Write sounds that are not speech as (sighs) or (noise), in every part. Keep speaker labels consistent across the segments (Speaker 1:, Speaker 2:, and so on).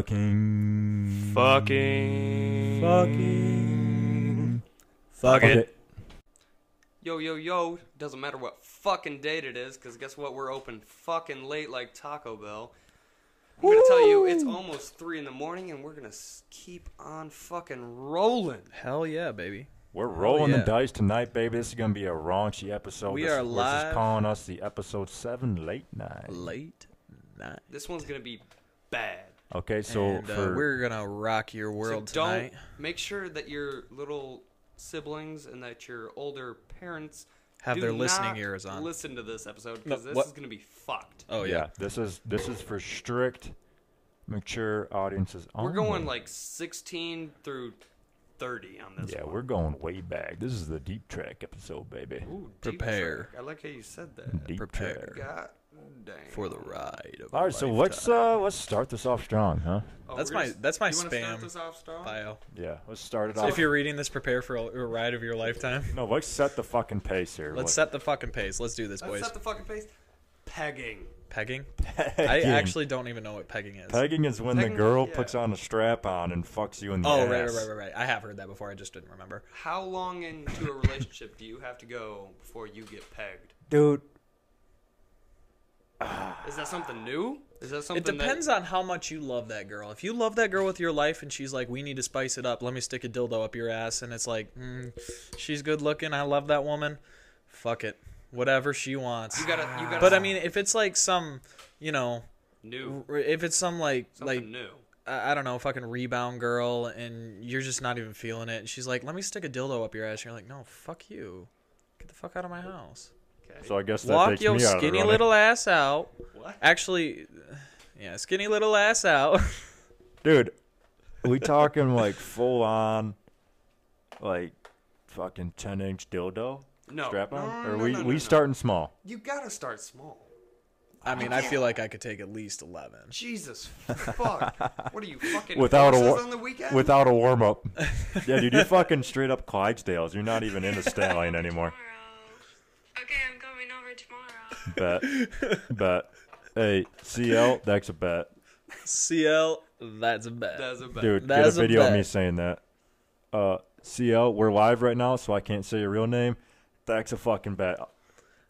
Speaker 1: Fucking.
Speaker 2: Fucking.
Speaker 1: Fucking.
Speaker 2: Fuck it.
Speaker 3: Yo, yo, yo. Doesn't matter what fucking date it is, because guess what? We're open fucking late like Taco Bell. I'm going to tell you, it's almost 3 in the morning, and we're going to keep on fucking rolling.
Speaker 4: Hell yeah, baby.
Speaker 1: We're rolling
Speaker 4: yeah.
Speaker 1: the dice tonight, baby. This is gonna be a raunchy episode.
Speaker 4: We
Speaker 1: this,
Speaker 4: are
Speaker 1: we're
Speaker 4: live.
Speaker 1: Just calling us the episode seven late night.
Speaker 4: Late night.
Speaker 3: This one's going to be bad.
Speaker 1: Okay, so
Speaker 4: and, uh,
Speaker 1: for
Speaker 4: we're gonna rock your world
Speaker 3: so don't
Speaker 4: tonight.
Speaker 3: make sure that your little siblings and that your older parents
Speaker 4: Have
Speaker 3: do
Speaker 4: their listening
Speaker 3: not
Speaker 4: ears on.
Speaker 3: Listen to this episode because this
Speaker 4: what-
Speaker 3: is going to be fucked.
Speaker 4: oh
Speaker 1: yeah.
Speaker 4: yeah.
Speaker 1: this is this is for strict, mature audiences.
Speaker 3: We're going
Speaker 1: only.
Speaker 3: like 16 through 30 on this.
Speaker 1: yeah,
Speaker 3: one.
Speaker 1: we're going way back. This is the deep track episode, baby.
Speaker 3: Ooh, deep
Speaker 4: Prepare.
Speaker 3: track. I like how you said that.
Speaker 1: Deep
Speaker 4: prepare.
Speaker 1: track.
Speaker 3: God dang.
Speaker 4: For the ride. Of
Speaker 1: All right, so let's
Speaker 4: up?
Speaker 1: uh let's start this off strong, huh?
Speaker 3: Oh,
Speaker 4: That's
Speaker 3: we're gonna
Speaker 4: my-
Speaker 3: s-
Speaker 4: that's my
Speaker 3: you wanna Start
Speaker 4: spam
Speaker 3: this off strong?
Speaker 4: bio.
Speaker 1: Yeah, let's start it
Speaker 4: So
Speaker 1: off.
Speaker 4: if you're reading this, prepare for a, a ride of your lifetime.
Speaker 1: no, let's set the fucking pace here.
Speaker 4: Let's
Speaker 1: Look.
Speaker 4: set the fucking pace. Let's do this,
Speaker 3: Let's
Speaker 4: boys.
Speaker 3: set the fucking face. Pegging.
Speaker 4: pegging.
Speaker 1: pegging. (laughs)
Speaker 4: I actually don't even know what pegging is.
Speaker 1: pegging is when
Speaker 3: Pegging-
Speaker 1: the girl
Speaker 3: yeah.
Speaker 1: puts on a strap on and fucks you in the
Speaker 4: oh
Speaker 1: ass.
Speaker 4: right, right, right, right, right. I have heard that before. I just didn't remember.
Speaker 3: How long into a relationship do you have to go before you get pegged?
Speaker 1: dude.
Speaker 3: Is that something new? Is that
Speaker 4: It
Speaker 3: something
Speaker 4: depends on how much you love that girl. If you love that girl with your life and she's like, we need to spice it up, let me stick a dildo up your ass, and it's like, mm, she's good looking, I love that woman, fuck it. Whatever she wants.
Speaker 3: that you gotta you gotta
Speaker 4: But I mean, if it's like some, you know,
Speaker 3: new
Speaker 4: r- if it's some like,
Speaker 3: something
Speaker 4: like,
Speaker 3: new.
Speaker 4: I I don't know, fucking rebound girl, and you're just not even feeling it, and she's like, let me stick a dildo up your ass, and you're like, no, fuck you. Get the fuck out of my house.
Speaker 3: Okay.
Speaker 1: So I guess that
Speaker 4: Walk
Speaker 1: takes
Speaker 4: your
Speaker 1: me out of the
Speaker 4: skinny
Speaker 1: running.
Speaker 4: little ass out.
Speaker 3: What?
Speaker 4: Actually, yeah, skinny little ass out. (laughs)
Speaker 1: dude. We talking like full on, like fucking ten inch dildo
Speaker 3: No.
Speaker 1: strap on,
Speaker 3: No,
Speaker 1: or
Speaker 3: no,
Speaker 1: we
Speaker 3: no, no,
Speaker 1: we
Speaker 3: no.
Speaker 1: starting small?
Speaker 3: You gotta start small.
Speaker 4: I mean, I feel like I could take at least 11.
Speaker 3: Jesus
Speaker 1: (laughs)
Speaker 3: fuck. what are you fucking
Speaker 1: Without a
Speaker 3: horses
Speaker 1: wa-
Speaker 3: on the weekend?
Speaker 1: Without a warm up. yeah, dude, you're fucking straight up Clydesdales. You're not even in a stallion anymore.
Speaker 5: Tomorrow. Okay, I'm going over tomorrow.
Speaker 1: Bet, bet. Hey, CL, that's a bet,
Speaker 4: CL, that's a bet.
Speaker 3: That's a bet.
Speaker 1: dude.
Speaker 4: That's
Speaker 1: get a
Speaker 4: a
Speaker 1: video of me
Speaker 4: bet.
Speaker 1: saying that. Uh, CL, we're live right now, so I can't say your real name. That's a fucking bet.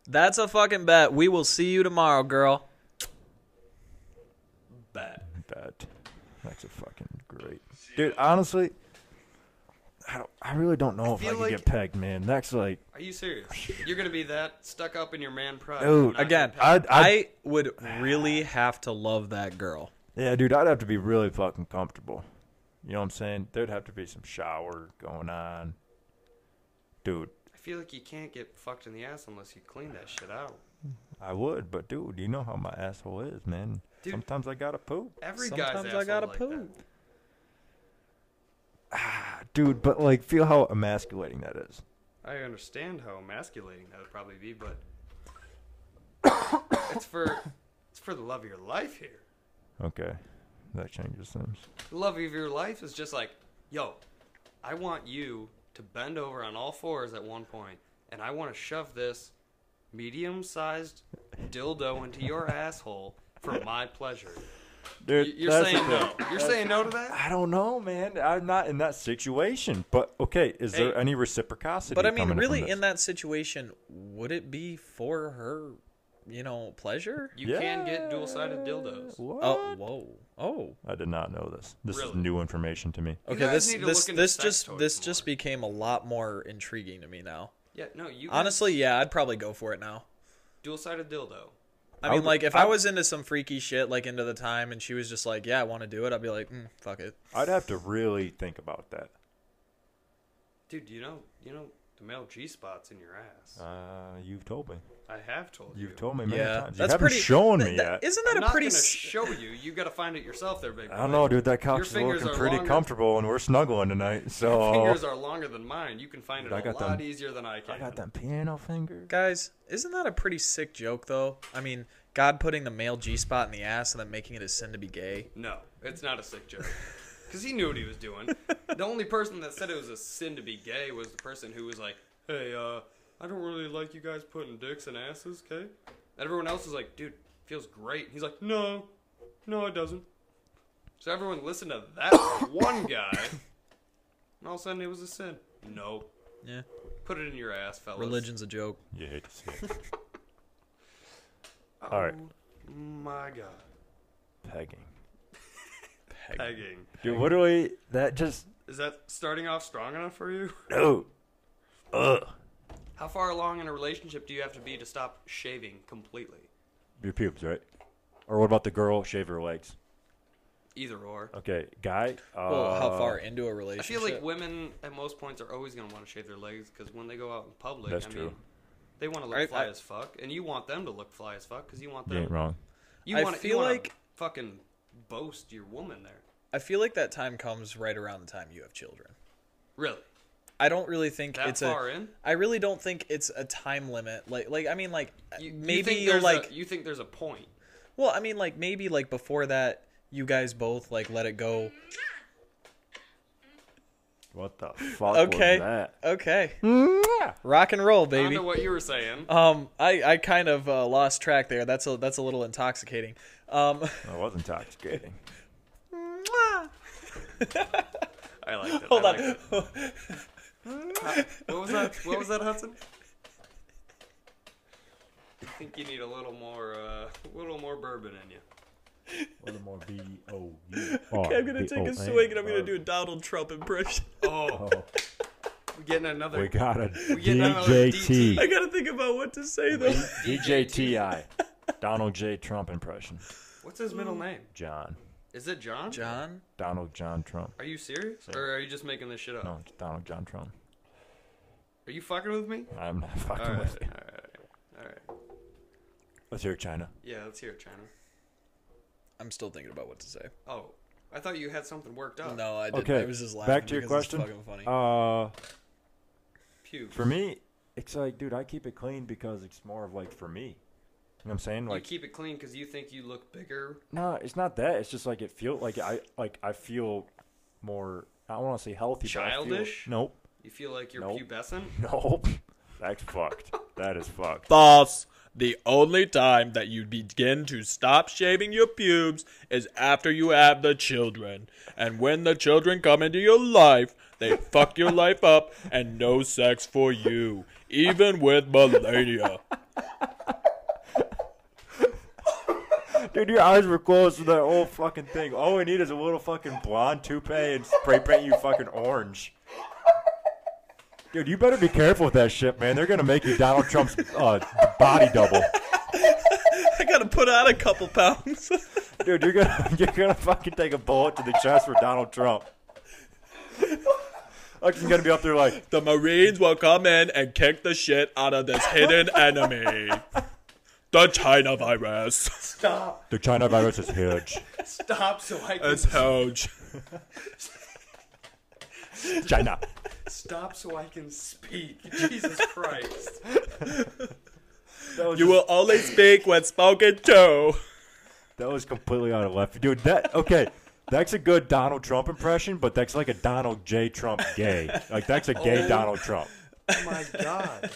Speaker 4: That's a fucking bet. We will see you tomorrow, girl.
Speaker 3: Bet.
Speaker 1: That that's a fucking great dude. Honestly, I, don't, I really don't know if I
Speaker 3: feel
Speaker 1: could
Speaker 3: like-
Speaker 1: get pegged, man. That's like,
Speaker 3: Are you serious? You're gonna be that stuck up in your man pride.
Speaker 1: Dude.
Speaker 3: not
Speaker 4: Again,
Speaker 3: gonna
Speaker 4: I,
Speaker 1: I'd- I'd-
Speaker 4: would really have to love that girl.
Speaker 1: yeah, dude, I'd have to be really fucking comfortable. You know what I'm saying? There'd have to be some shower going on, dude.
Speaker 3: peg- I feel like you can't get fucked in the ass unless you clean that shit out.
Speaker 1: I would, but dude, you know how my asshole is, man.
Speaker 3: Dude.
Speaker 1: Sometimes I gotta poop,
Speaker 3: Every guy's
Speaker 4: Sometimes I
Speaker 3: asshole
Speaker 4: gotta
Speaker 3: like
Speaker 4: poop.
Speaker 3: That.
Speaker 1: dude. But like, feel how emasculating that is.
Speaker 3: I understand how emasculating that would probably
Speaker 4: (coughs)
Speaker 3: be, but it's for it's for the love of your life here.
Speaker 1: Okay, that changes things.
Speaker 3: The love of your life is just like, yo, I want you to bend over on all fours at one point, and I want to shove this medium-sized dildo into your asshole for my pleasure.
Speaker 1: Dude,
Speaker 3: Y- You're
Speaker 1: that's the
Speaker 3: saying
Speaker 1: thing.
Speaker 3: no. You're saying no to that.
Speaker 1: I don't know, man. I'm not in that situation. But okay, is there
Speaker 3: Hey.
Speaker 1: any reciprocity?
Speaker 4: But I mean,
Speaker 1: coming
Speaker 4: really,
Speaker 1: from this?
Speaker 4: in that situation, would it be for her, you know, pleasure?
Speaker 3: You can get dual-sided dildos.
Speaker 1: What?
Speaker 4: Oh, whoa. Oh.
Speaker 1: I did not know this. This is
Speaker 3: Really?
Speaker 1: new information to me.
Speaker 3: You
Speaker 4: Okay,
Speaker 3: guys
Speaker 4: this
Speaker 3: need to
Speaker 4: this
Speaker 3: look into
Speaker 4: this
Speaker 3: sex
Speaker 4: just
Speaker 3: toys
Speaker 4: this
Speaker 3: more.
Speaker 4: just became a lot more intriguing to me now.
Speaker 3: Yeah, no, you guys-
Speaker 4: Honestly, yeah, I'd probably go for it now.
Speaker 3: dual-sided dildo.
Speaker 4: I
Speaker 1: I
Speaker 4: mean,
Speaker 1: would-
Speaker 4: like, if
Speaker 1: I
Speaker 4: I
Speaker 1: would-
Speaker 4: was into some freaky shit, like into the time, and she was just like, "Yeah, I want to do it," I'd be like, mm, "Fuck it."
Speaker 1: I'd have to really think about that.
Speaker 3: Dude, you know, you know, the male G spot's in your ass.
Speaker 1: Uh, you've told me.
Speaker 3: I have told you.
Speaker 1: You've told me many
Speaker 4: yeah,
Speaker 1: times. You
Speaker 4: that's
Speaker 1: haven't
Speaker 4: pretty.
Speaker 1: shown
Speaker 4: th-
Speaker 1: me
Speaker 4: th-
Speaker 1: yet.
Speaker 4: Isn't
Speaker 3: I'm
Speaker 4: that
Speaker 3: not
Speaker 4: a pretty?
Speaker 3: gonna
Speaker 4: s-
Speaker 3: show you. You gotta find it
Speaker 1: (laughs)
Speaker 3: yourself, there, big.
Speaker 1: I don't
Speaker 3: boy.
Speaker 1: know, dude. That
Speaker 3: Your
Speaker 1: couch is
Speaker 3: fingers
Speaker 1: looking
Speaker 3: are
Speaker 1: pretty
Speaker 3: longer-
Speaker 1: comfortable, and we're snuggling tonight.
Speaker 3: Your
Speaker 1: So
Speaker 3: fingers are longer than mine. You can find it
Speaker 1: Oh. Dude, I
Speaker 3: a
Speaker 1: got
Speaker 3: lot
Speaker 1: them-
Speaker 3: easier than I can.
Speaker 1: I got them piano fingers.
Speaker 4: Guys, isn't that a pretty sick joke though? I mean, God putting the male G spot in the ass and then making it a sin to be gay.
Speaker 3: No, it's not a sick joke. (laughs) Because he knew what he was doing. the only person that said it was a sin to be gay was the person who was like, hey, uh, I don't really like you guys putting dicks in asses, okay? And everyone else was like, dude, feels great. He's like, no, no, it doesn't. So everyone listened to that (coughs) one guy, and all of a sudden it was a sin. Nope.
Speaker 4: Yeah.
Speaker 3: Put it in your ass, fellas.
Speaker 4: Religion's a joke.
Speaker 1: You hate to see it. All
Speaker 3: (laughs)
Speaker 1: right,
Speaker 3: Oh My God.
Speaker 1: pegging.
Speaker 3: Pegging.
Speaker 1: Dude, literally, that just
Speaker 3: Is that starting off strong enough for you?
Speaker 1: no. Ugh.
Speaker 3: How far along in a relationship do you have to be to stop shaving completely?
Speaker 1: Your pubes, right? Or what about the girl? Shave her legs.
Speaker 3: Either or.
Speaker 1: Okay, guy. Uh,
Speaker 4: Well, how far into a
Speaker 3: I
Speaker 4: relationship?
Speaker 3: feel like women at most points are always going to want to shave their legs because when they go out in public,
Speaker 1: That's
Speaker 3: I
Speaker 1: true.
Speaker 3: mean, they want to look
Speaker 4: I-
Speaker 3: fly
Speaker 4: I-
Speaker 3: as fuck, and you want them to look fly as fuck because you want
Speaker 1: You
Speaker 3: them.
Speaker 1: ain't wrong.
Speaker 3: You
Speaker 4: I
Speaker 3: want
Speaker 4: feel
Speaker 3: you wanna
Speaker 4: like-
Speaker 3: fucking boast your woman there.
Speaker 4: I feel like that time comes right around the time you have children.
Speaker 3: Really?
Speaker 4: I don't really think
Speaker 3: That
Speaker 4: it's
Speaker 3: far
Speaker 4: a.
Speaker 3: in?
Speaker 4: I really don't think it's a time limit. Like, like I mean, like
Speaker 3: You, you
Speaker 4: maybe
Speaker 3: think
Speaker 4: you will
Speaker 3: there's
Speaker 4: like.
Speaker 3: a, you think there's a point.
Speaker 4: Well, I mean, like maybe like before that, you guys both like let it go.
Speaker 1: What the fuck was
Speaker 4: Okay.
Speaker 1: that?
Speaker 4: Okay. Rock and roll,
Speaker 3: I don't
Speaker 4: baby.
Speaker 3: know what you
Speaker 1: (laughs)
Speaker 3: were saying.
Speaker 4: Um, I I kind of uh, lost track there. That's a that's a little intoxicating. Um,
Speaker 1: I was intoxicating.
Speaker 3: I liked it.
Speaker 4: hold
Speaker 3: I
Speaker 4: on.
Speaker 3: liked it. What was that? What was
Speaker 4: (laughs)
Speaker 3: that, Hudson? I think you need a little more, uh, a little more bourbon in you.
Speaker 4: (laughs) okay, I'm gonna take a swig and I'm gonna do a Donald Trump impression. (laughs)
Speaker 3: Oh, we getting another.
Speaker 1: We got a
Speaker 3: getting another
Speaker 1: DJT.
Speaker 4: I gotta think about what to say though. (laughs)
Speaker 1: DJTI. Donald J. Trump impression.
Speaker 3: What's his middle name?
Speaker 1: John.
Speaker 3: Is it Hmm. John?
Speaker 4: John,
Speaker 1: Donald John Trump.
Speaker 3: Are you serious, or are you just making this shit up?
Speaker 1: No, it's Donald John Trump.
Speaker 3: Are you fucking with me?
Speaker 1: I'm not fucking
Speaker 3: All right, all
Speaker 1: with you.
Speaker 3: right, all right.
Speaker 1: Let's hear China.
Speaker 3: Yeah, let's hear it, China.
Speaker 4: I'm still thinking about what to say.
Speaker 3: Oh, I thought you had something worked up.
Speaker 4: No, I didn't.
Speaker 1: Okay,
Speaker 4: It was just laughing
Speaker 1: back to your
Speaker 4: because it's
Speaker 1: question.
Speaker 4: fucking funny.
Speaker 1: Uh,
Speaker 3: Pubes.
Speaker 1: for me, it's like, dude, I keep it clean because it's more of like for me. You know what I'm saying?
Speaker 3: you
Speaker 1: Like,
Speaker 3: keep it clean because you think you look bigger.
Speaker 1: no, it's not that. It's just like it feel like I like I feel more. I don't want to say healthy. but I feel-
Speaker 3: Childish?
Speaker 1: nope. (laughs)
Speaker 3: You feel like you're
Speaker 1: Nope.
Speaker 3: pubescent.
Speaker 1: Nope. That's fucked. That is fucked.
Speaker 4: Thus, the only time that you begin to stop shaving your pubes is after you have the children. And when the children come into your life, (laughs) they fuck your life up and no sex for you, even with Melania.
Speaker 1: Dude, your eyes were closed to that whole fucking thing. All we need is a little fucking blonde toupee and spray paint you fucking orange. Dude, you better be careful with that shit, man. They're gonna make you Donald Trump's uh, body double.
Speaker 4: I gotta put on a couple pounds.
Speaker 1: Dude, you're gonna (laughs) you're gonna fucking take a bullet to the chest for Donald Trump. Like he's gonna be up there like,
Speaker 4: (laughs) the Marines will come in and kick the shit out of this hidden enemy. (laughs) The China (laughs) virus
Speaker 3: (laughs) Stop.
Speaker 1: the China virus is huge.
Speaker 3: Stop so I (laughs) can
Speaker 4: is huge.
Speaker 1: China.
Speaker 3: stop so I can speak. Jesus (laughs) Christ.
Speaker 1: That was
Speaker 4: You will only speak when spoken to.
Speaker 1: That was completely out of left, dude. That okay. That's a good Donald Trump impression, but that's like a Donald J. Trump gay. Like that's a gay
Speaker 3: Oh.
Speaker 1: Donald Trump.
Speaker 3: Oh my (laughs) God.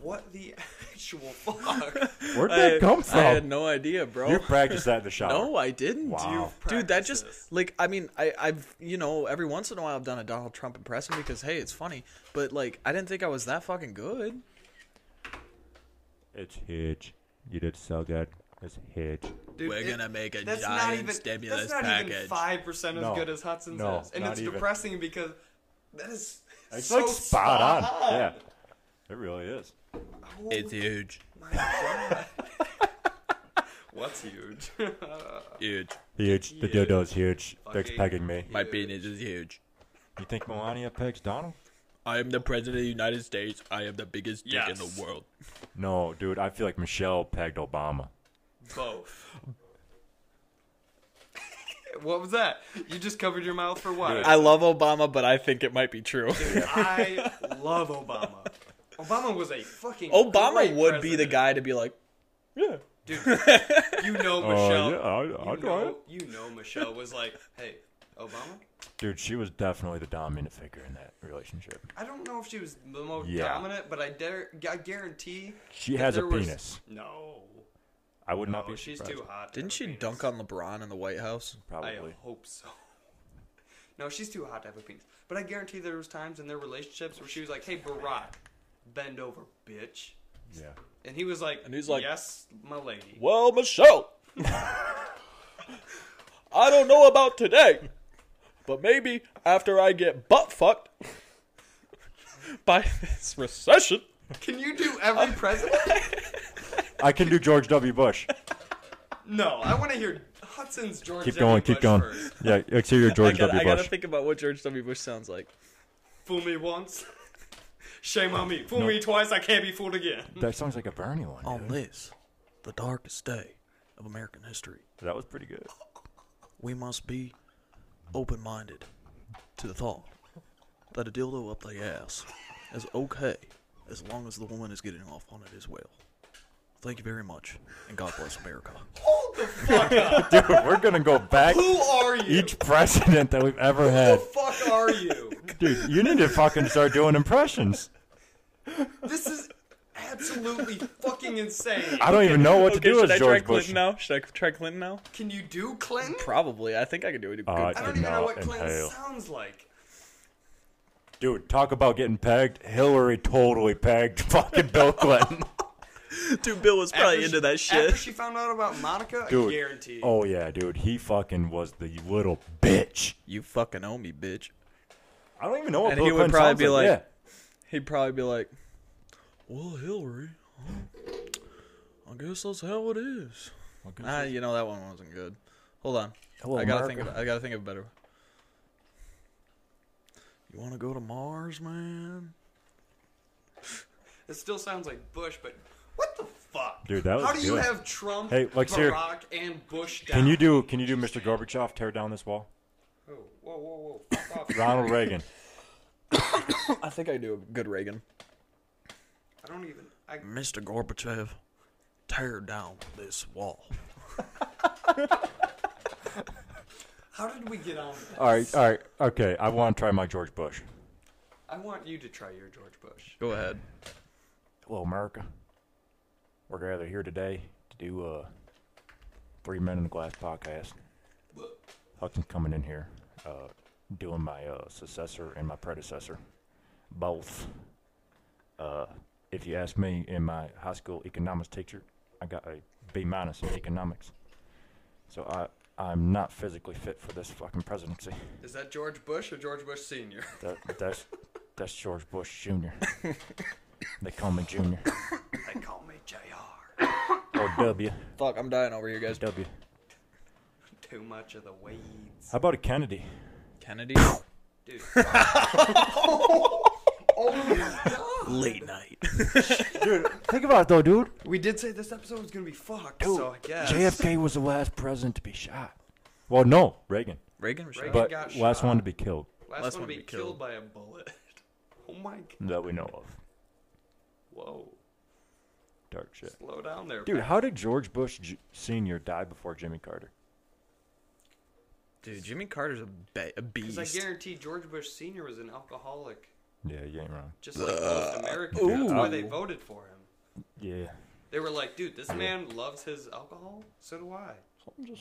Speaker 3: What the (laughs) actual (laughs) fuck?
Speaker 1: Where'd that come from?
Speaker 4: I had no idea, bro.
Speaker 1: you practiced that in the shower.
Speaker 4: no, I didn't.
Speaker 1: Wow.
Speaker 4: Dude, that just
Speaker 3: practices.
Speaker 4: like I mean, I, I've you know every once in a while I've done a Donald Trump impression because hey, it's funny. But like, I didn't think I was that fucking good.
Speaker 1: It's huge. You did so good. It's huge.
Speaker 3: Dude,
Speaker 4: We're gonna make a
Speaker 3: that's
Speaker 4: giant
Speaker 3: not even,
Speaker 4: stimulus
Speaker 3: That's not even
Speaker 4: package.
Speaker 3: five percent as
Speaker 1: No.
Speaker 3: good as Hudson's
Speaker 1: No,
Speaker 3: is, and
Speaker 1: not
Speaker 3: it's
Speaker 1: even.
Speaker 3: depressing because that is
Speaker 1: It's
Speaker 3: so
Speaker 1: like spot on. Yeah, it really is.
Speaker 4: It's huge,
Speaker 3: What's huge?
Speaker 4: huge.
Speaker 1: Huge. The
Speaker 3: Huge.
Speaker 1: dildo's huge. Dick's
Speaker 3: Fucking-
Speaker 1: pegging me.
Speaker 4: (laughs) My penis is huge.
Speaker 1: You think Melania pegs Donald?
Speaker 4: I am the president of the United States. I am the biggest dick in
Speaker 3: Yes.
Speaker 4: the world.
Speaker 1: No, dude. I feel like Michelle pegged Obama.
Speaker 3: (laughs) Both. what was that? You just covered your mouth for what?
Speaker 4: I love Obama, but I think it might be true.
Speaker 3: (laughs) I love Obama. Obama was a
Speaker 4: (laughs)
Speaker 3: fucking.
Speaker 4: Obama
Speaker 3: great
Speaker 4: would be the
Speaker 3: president.
Speaker 4: guy to be like, yeah,
Speaker 3: Dude, you know Michelle.
Speaker 1: Uh, yeah, I, I know.
Speaker 3: you, know, you know Michelle was like, hey, Obama?
Speaker 1: Dude, she was definitely the dominant figure in that relationship.
Speaker 3: I don't know if she was the most
Speaker 1: Yeah.
Speaker 3: dominant, but I dare I guarantee
Speaker 1: She
Speaker 3: that
Speaker 1: has a
Speaker 3: there was-
Speaker 1: penis.
Speaker 3: No.
Speaker 1: I would not
Speaker 3: Oh,
Speaker 1: be
Speaker 3: she's
Speaker 1: surprised.
Speaker 3: too hot. to
Speaker 4: Didn't
Speaker 3: have
Speaker 4: she
Speaker 3: a penis.
Speaker 4: dunk on LeBron in the White House?
Speaker 1: Probably.
Speaker 3: I hope so. (laughs) no, she's too hot to have a penis. But I guarantee there was times in their relationships where she was like, "Hey, Barack, bend over, bitch,"
Speaker 1: Yeah.
Speaker 3: and he was like,
Speaker 4: And he's like,
Speaker 3: "Yes, my lady."
Speaker 4: Well, Michelle, (laughs) I don't know about today, but maybe after I get butt fucked by this recession,
Speaker 3: Can you do
Speaker 1: (laughs)
Speaker 3: every president?
Speaker 1: I can do George W.
Speaker 4: (laughs)
Speaker 1: Bush.
Speaker 3: no, I want to hear Hudson's George.
Speaker 1: Keep
Speaker 3: W.
Speaker 1: going, keep
Speaker 3: Bush
Speaker 1: going.
Speaker 3: First.
Speaker 1: Yeah, exterior
Speaker 4: (laughs) I
Speaker 1: George
Speaker 4: gotta, I
Speaker 1: W.
Speaker 4: gotta
Speaker 1: Bush.
Speaker 4: think about what George W. Bush sounds like.
Speaker 3: Fool me once. (laughs) Shame on me. Fool me twice, I can't be fooled again.
Speaker 1: That sounds like a Bernie one.
Speaker 4: Oh,
Speaker 1: dude.
Speaker 4: this, the darkest day of American history,
Speaker 1: That was pretty good. (laughs)
Speaker 4: we must be open minded to the thought that a dildo up the ass is okay as long as the woman is getting off on it as well. Thank you very much, and God bless America.
Speaker 3: Hold the fuck up.
Speaker 1: Dude, we're gonna go back
Speaker 3: (laughs) Who are you?
Speaker 1: each president that we've ever
Speaker 3: Who
Speaker 1: had.
Speaker 4: (laughs)
Speaker 3: the fuck are you?
Speaker 1: Dude, you need to fucking start doing impressions.
Speaker 3: This is absolutely fucking insane.
Speaker 1: I don't even know what to
Speaker 4: Okay,
Speaker 1: do as
Speaker 4: should I try
Speaker 1: George Bush.
Speaker 4: Clinton now? Should I try Clinton now?
Speaker 3: Can you do Clinton?
Speaker 4: Probably. I think I could do it.
Speaker 1: Uh,
Speaker 3: I don't even know
Speaker 1: Cannot
Speaker 3: what Clinton
Speaker 1: inhale.
Speaker 3: sounds like.
Speaker 1: Dude, talk about getting pegged. Hillary totally pegged (laughs) fucking Bill
Speaker 4: (laughs)
Speaker 1: Clinton.
Speaker 4: Dude, Bill (laughs) was probably
Speaker 3: After
Speaker 4: into
Speaker 3: she-
Speaker 4: that
Speaker 3: After
Speaker 4: shit.
Speaker 3: she found out about Monica, I
Speaker 1: Dude.
Speaker 3: guarantee.
Speaker 1: Oh yeah, dude, he fucking was the little bitch.
Speaker 4: You fucking owe me, bitch.
Speaker 1: I don't even know what
Speaker 4: And
Speaker 1: Bill
Speaker 4: he would
Speaker 1: Clinton
Speaker 4: probably
Speaker 1: sounds
Speaker 4: be
Speaker 1: like.
Speaker 4: like- He'd probably be like, "Well, Hillary, huh, I guess that's how it is."
Speaker 1: guess
Speaker 4: Ah, you know that one wasn't good. Hold on,
Speaker 1: Hello,
Speaker 4: I gotta
Speaker 1: America.
Speaker 4: think. Of, I gotta think of a better. one. You want to go to Mars, man?
Speaker 3: It still sounds like Bush, but what the fuck?
Speaker 1: Dude, that was
Speaker 3: How do you
Speaker 1: good.
Speaker 3: have Trump,
Speaker 1: Hey, like, ser-
Speaker 3: Barack, and Bush down?
Speaker 1: Can you do? Can you do Mr. Gorbachev tear down this wall?
Speaker 3: Oh, whoa, whoa, whoa. Fuck
Speaker 1: (laughs)
Speaker 3: off.
Speaker 1: Ronald
Speaker 4: (laughs)
Speaker 1: Reagan.
Speaker 4: I think I do a good Reagan.
Speaker 3: I don't even. I,
Speaker 4: Mr. Gorbachev, tear down this wall.
Speaker 3: how did we get on with that?
Speaker 1: All right, all right, okay. I want to try my George Bush.
Speaker 3: I want you to try your George Bush.
Speaker 4: Go ahead.
Speaker 1: Hello, America. We're gathered here today to do uh, Three Men in a Glass podcast. Hudson's coming in here, uh, doing my uh, successor and my predecessor, both. Uh, if you ask me, in my high school economics teacher, I got a B minus in economics. So I, I'm not physically fit for this fucking presidency.
Speaker 3: Is that George Bush or George Bush Sr.?
Speaker 1: That, that's, that's George Bush Jr. they call me Junior.
Speaker 3: (laughs) they call me JR.
Speaker 1: Or W.
Speaker 4: Fuck, I'm dying over here, guys.
Speaker 1: W.
Speaker 3: Too much of the weeds.
Speaker 1: How about a Kennedy?
Speaker 4: Kennedy.
Speaker 3: Dude. oh my god.
Speaker 4: Late night.
Speaker 1: Dude, think about it though, dude.
Speaker 3: (laughs) We did say this episode was gonna be fucked, so I guess.
Speaker 1: JFK was the last president to be shot. Well, no, Reagan,
Speaker 4: Reagan. or Shaq?
Speaker 3: Reagan.
Speaker 1: but
Speaker 3: got
Speaker 1: last
Speaker 3: shot.
Speaker 1: one to be killed
Speaker 3: Last, one to be killed. by a bullet. (laughs) Oh my god.
Speaker 1: that we know of.
Speaker 3: Whoa.
Speaker 1: Dark shit,
Speaker 3: Slow down there.
Speaker 1: dude.
Speaker 3: pal.
Speaker 1: How did George Bush J- Senior die before Jimmy Carter?
Speaker 4: Dude, Jimmy Carter's a, be- a
Speaker 3: Because I
Speaker 4: beast.
Speaker 3: guarantee George Bush Sr. was an alcoholic,
Speaker 1: Yeah, you ain't wrong.
Speaker 3: just like most Americans. That's why they voted for him.
Speaker 1: Yeah,
Speaker 3: They were like, dude, this man loves his alcohol, so do I.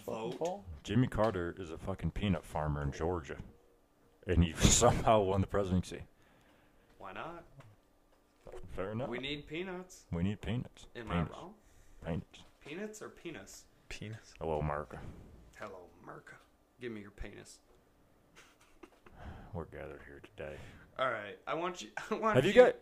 Speaker 3: Vote.
Speaker 1: Jimmy Carter is a fucking peanut farmer in Georgia, and he (laughs) somehow won the presidency.
Speaker 3: Why not?
Speaker 1: Fair enough.
Speaker 3: We need peanuts.
Speaker 1: We need peanuts.
Speaker 3: Am
Speaker 1: peanuts.
Speaker 3: I wrong?
Speaker 1: Peanuts.
Speaker 3: Peanuts or penis?
Speaker 4: Penis.
Speaker 1: Hello, America.
Speaker 3: Hello, Merca. Give me your penis.
Speaker 1: We're gathered here today.
Speaker 3: All right, I want you. (laughs) I want
Speaker 1: Have you got?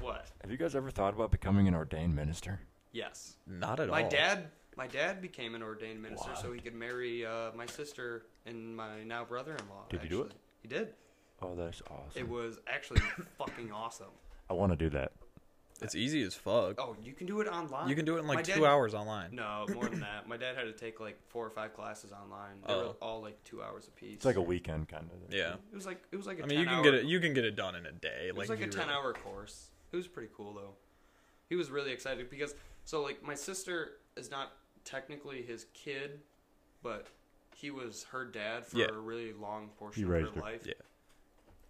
Speaker 3: what?
Speaker 1: Have you guys ever thought about becoming an ordained minister?
Speaker 3: Yes,
Speaker 4: Not at
Speaker 3: my
Speaker 4: all.
Speaker 3: dad. My dad became an ordained minister so he could marry uh, my sister and my now brother-in-law.
Speaker 1: Did he do
Speaker 3: actually. He did.
Speaker 1: Oh, that's awesome.
Speaker 3: It was
Speaker 4: (laughs)
Speaker 3: actually fucking awesome.
Speaker 1: I want to do that.
Speaker 4: It's easy as fuck.
Speaker 3: Oh, you can do it online.
Speaker 4: You can do it in
Speaker 3: My
Speaker 4: like
Speaker 3: dad-
Speaker 4: two hours online.
Speaker 3: No, more than that. My dad had to take like four or five classes online. They were
Speaker 4: Oh.
Speaker 3: all like two hours apiece.
Speaker 1: It's like a weekend kind of.
Speaker 4: Yeah.
Speaker 3: It was like it was like a
Speaker 4: I mean, you
Speaker 3: 10
Speaker 4: can
Speaker 3: hour
Speaker 4: get it. You can get it done in a day.
Speaker 3: It was
Speaker 4: Like,
Speaker 3: like
Speaker 4: you
Speaker 3: a ten
Speaker 4: really-
Speaker 3: hour course. It was pretty cool though. He was really excited because so like my sister is not technically his kid, but he was her dad for
Speaker 4: Yeah.
Speaker 3: a really long
Speaker 1: He
Speaker 3: portion of her
Speaker 1: raised her.
Speaker 3: life.
Speaker 4: Yeah.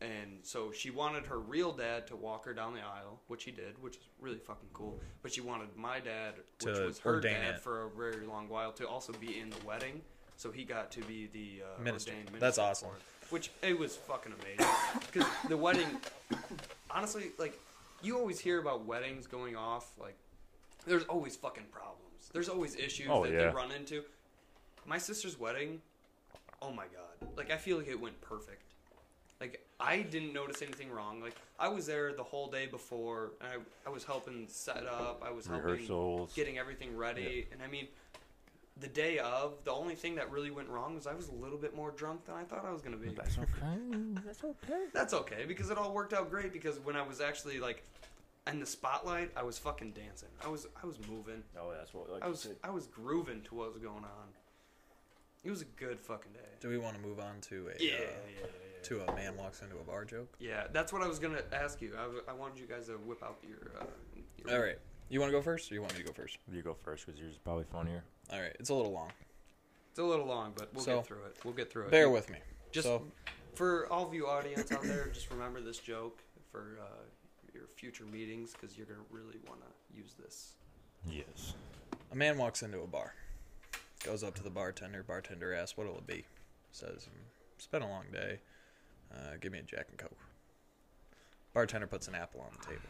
Speaker 3: And so she wanted her real dad to walk her down the aisle, which he did, which is really fucking cool. But she wanted my dad, which
Speaker 4: To
Speaker 3: was her
Speaker 4: ordain
Speaker 3: dad
Speaker 4: it.
Speaker 3: for a very long while, to also be in the wedding. So he got to be the uh,
Speaker 4: Minister.
Speaker 3: ordained
Speaker 4: That's
Speaker 3: minister
Speaker 4: awesome.
Speaker 3: for it, Which it was fucking amazing because the wedding, honestly, like you always hear about weddings going off, like there's always fucking problems. There's always issues
Speaker 1: Oh,
Speaker 3: that
Speaker 1: yeah.
Speaker 3: they run into. My sister's wedding, oh my god. Like I feel like it went perfect. Like I didn't notice anything wrong. Like I was there the whole day before and I, I was helping set up, I was helping
Speaker 1: Rehearsals.
Speaker 3: getting everything ready and I mean the day of, the only thing that really went wrong was I was a little bit more drunk than I thought I was gonna be.
Speaker 1: That's okay. (laughs) That's okay.
Speaker 3: That's okay because it all worked out great because when I was actually like in the spotlight, I was fucking dancing. I was I was moving.
Speaker 1: Oh, that's what. Like
Speaker 3: I
Speaker 1: you
Speaker 3: was
Speaker 1: said.
Speaker 3: I was grooving to what was going on. It was a good fucking day.
Speaker 4: Do we want to move on to a
Speaker 3: Yeah, yeah,
Speaker 4: uh,
Speaker 3: yeah, yeah.
Speaker 4: to a man walks into a bar joke?
Speaker 3: Yeah, that's what I was gonna ask you. I, w- I wanted you guys to whip out your. Uh, your
Speaker 4: All right, you want to go first, or you want me to go first?
Speaker 1: You go first because yours is probably funnier.
Speaker 4: All right, it's a little long.
Speaker 3: It's a little long, but we'll
Speaker 4: So,
Speaker 3: get through it. We'll get through it.
Speaker 4: Bear with me.
Speaker 3: Just
Speaker 4: so-
Speaker 3: for all of you audience out there, just remember this joke for uh, your future meetings because you're gonna really wanna use this.
Speaker 1: Yes.
Speaker 4: A man walks into a bar, goes up to the bartender. Bartender asks, "What'll it be?" Says, "It's been a long day. Uh, give me a Jack and Coke." Bartender puts an apple on the table.